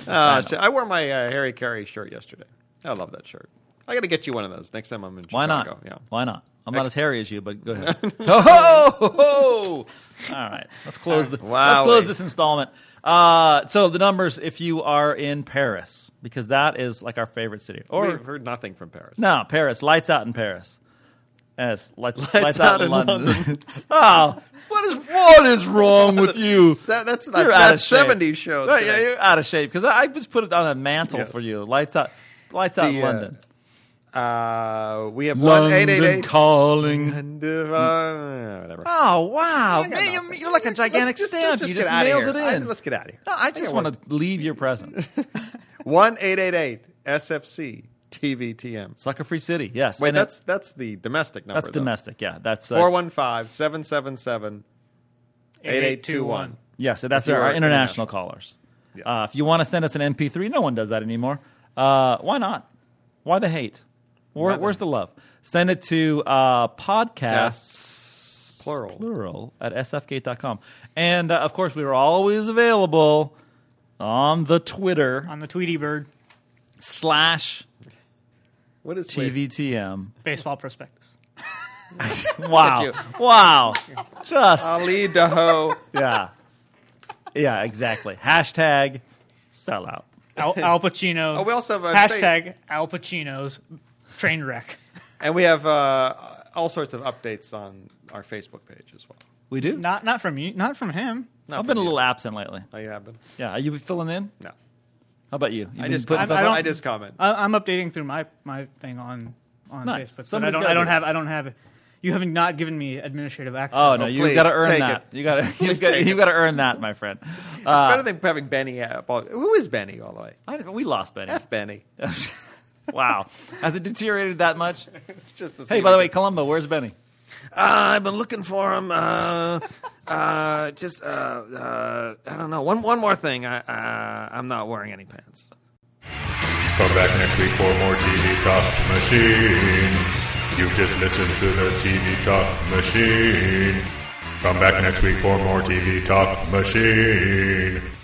[SPEAKER 4] Uh, so I wore my uh, Harry Carey shirt yesterday. I love that shirt. I got to get you one of those next time I'm in
[SPEAKER 2] Why
[SPEAKER 4] Chicago.
[SPEAKER 2] not?
[SPEAKER 4] Yeah.
[SPEAKER 2] Why not? I'm not as hairy as you, but go ahead. ho, ho, ho, ho. All right, let's close the, let's
[SPEAKER 4] Wowee.
[SPEAKER 2] close this installment. Uh, so the numbers, if you are in Paris, because that is like our favorite city, or
[SPEAKER 4] We've heard nothing from Paris.
[SPEAKER 2] no, Paris, lights out in Paris. Yes, lights, lights,
[SPEAKER 4] Lights
[SPEAKER 2] out,
[SPEAKER 4] out
[SPEAKER 2] in,
[SPEAKER 4] in
[SPEAKER 2] London. oh, what is what is wrong with you?
[SPEAKER 4] Se- that's the
[SPEAKER 2] You're out
[SPEAKER 4] that
[SPEAKER 2] of shape.
[SPEAKER 4] seventies show.
[SPEAKER 2] Right,
[SPEAKER 4] thing.
[SPEAKER 2] yeah, you're out of shape because I I just put it on a mantle
[SPEAKER 4] Yes.
[SPEAKER 2] for you. Lights out, lights out
[SPEAKER 4] The, uh,
[SPEAKER 2] London.
[SPEAKER 4] Uh, we have one eight eight
[SPEAKER 5] London
[SPEAKER 4] eight.
[SPEAKER 5] calling.
[SPEAKER 4] uh, eh, Whatever.
[SPEAKER 2] Oh wow,
[SPEAKER 4] I got
[SPEAKER 2] man,
[SPEAKER 4] nothing.
[SPEAKER 2] you're, you're like a
[SPEAKER 4] Let's
[SPEAKER 2] gigantic
[SPEAKER 4] just-
[SPEAKER 2] stamp.
[SPEAKER 4] let's
[SPEAKER 2] you
[SPEAKER 4] get
[SPEAKER 2] just
[SPEAKER 4] outta
[SPEAKER 2] nailed
[SPEAKER 4] here.
[SPEAKER 2] it in.
[SPEAKER 4] I- let's get out of here.
[SPEAKER 2] No, I just
[SPEAKER 4] got
[SPEAKER 2] want
[SPEAKER 4] work.
[SPEAKER 2] to leave your present.
[SPEAKER 4] One eight eight eight SFC TVTM.
[SPEAKER 2] Sucker free city. Yes.
[SPEAKER 4] Wait,
[SPEAKER 2] And
[SPEAKER 4] that's
[SPEAKER 2] it-
[SPEAKER 4] that's the domestic number.
[SPEAKER 2] that's domestic. Yeah. That's uh,
[SPEAKER 4] Four one five seven seven seven eight eight two one.
[SPEAKER 2] Yeah. So that's
[SPEAKER 4] If
[SPEAKER 2] our,
[SPEAKER 4] you're
[SPEAKER 2] our international,
[SPEAKER 4] international.
[SPEAKER 2] callers. Uh, if you want to send us an MP3, no one does that anymore. Uh, why not? Why the hate? Where, where's the love? Send it to uh, podcasts
[SPEAKER 4] Plural.
[SPEAKER 2] plural at sfgate.com. And uh, of course, we are always available on the Twitter
[SPEAKER 3] On the Tweety Bird.
[SPEAKER 2] slash
[SPEAKER 4] what is
[SPEAKER 2] TVTM.
[SPEAKER 3] Baseball prospectus.
[SPEAKER 2] Wow. Wow. Just
[SPEAKER 4] Ali Daho.
[SPEAKER 2] Yeah. Yeah, exactly. Hashtag sellout.
[SPEAKER 3] Al, Al Pacino.
[SPEAKER 4] Oh, we also have a
[SPEAKER 3] hashtag Al Pacino's train wreck.
[SPEAKER 4] And we have uh, all sorts of updates on our Facebook page as well.
[SPEAKER 2] We do?
[SPEAKER 3] Not not from you, not from him.
[SPEAKER 4] Not
[SPEAKER 2] I've been a
[SPEAKER 4] from you.
[SPEAKER 2] little absent lately.
[SPEAKER 4] Oh, you have been?
[SPEAKER 2] Yeah. Are you filling in?
[SPEAKER 4] No.
[SPEAKER 2] How about you? You
[SPEAKER 4] I
[SPEAKER 2] been
[SPEAKER 4] just,
[SPEAKER 2] putting
[SPEAKER 4] comment.
[SPEAKER 2] stuff up?
[SPEAKER 4] I,
[SPEAKER 2] Ah.
[SPEAKER 4] just comment.
[SPEAKER 3] I, I'm updating through my my thing on on
[SPEAKER 2] Nice.
[SPEAKER 3] Facebook. But I
[SPEAKER 2] Somebody's
[SPEAKER 3] don't
[SPEAKER 2] gotta
[SPEAKER 3] I don't
[SPEAKER 2] do
[SPEAKER 3] have I don't have you haven't not given me administrative access.
[SPEAKER 2] Oh no, you've
[SPEAKER 4] please,
[SPEAKER 2] got to earn
[SPEAKER 4] take
[SPEAKER 2] that.
[SPEAKER 4] it.
[SPEAKER 2] You got to
[SPEAKER 4] Please
[SPEAKER 2] you've got
[SPEAKER 4] take it.
[SPEAKER 2] you've got to earn that, my friend.
[SPEAKER 4] Better
[SPEAKER 2] Uh,
[SPEAKER 4] than having Benny. uh, ball- Who is Benny, all the way?
[SPEAKER 2] I, we lost Benny.
[SPEAKER 4] F Benny.
[SPEAKER 2] wow, has it deteriorated that much?
[SPEAKER 4] It's just a
[SPEAKER 2] Hey, by the way, Columbo, where's Benny?
[SPEAKER 11] Uh, I've been looking for him. Uh, uh, just uh, uh, I don't know. One one more thing. I uh, I'm not wearing any pants.
[SPEAKER 7] Come back next week for more TV Talk Machine. You've just listened to the TV Talk Machine. Come back next week for more TV Talk Machine.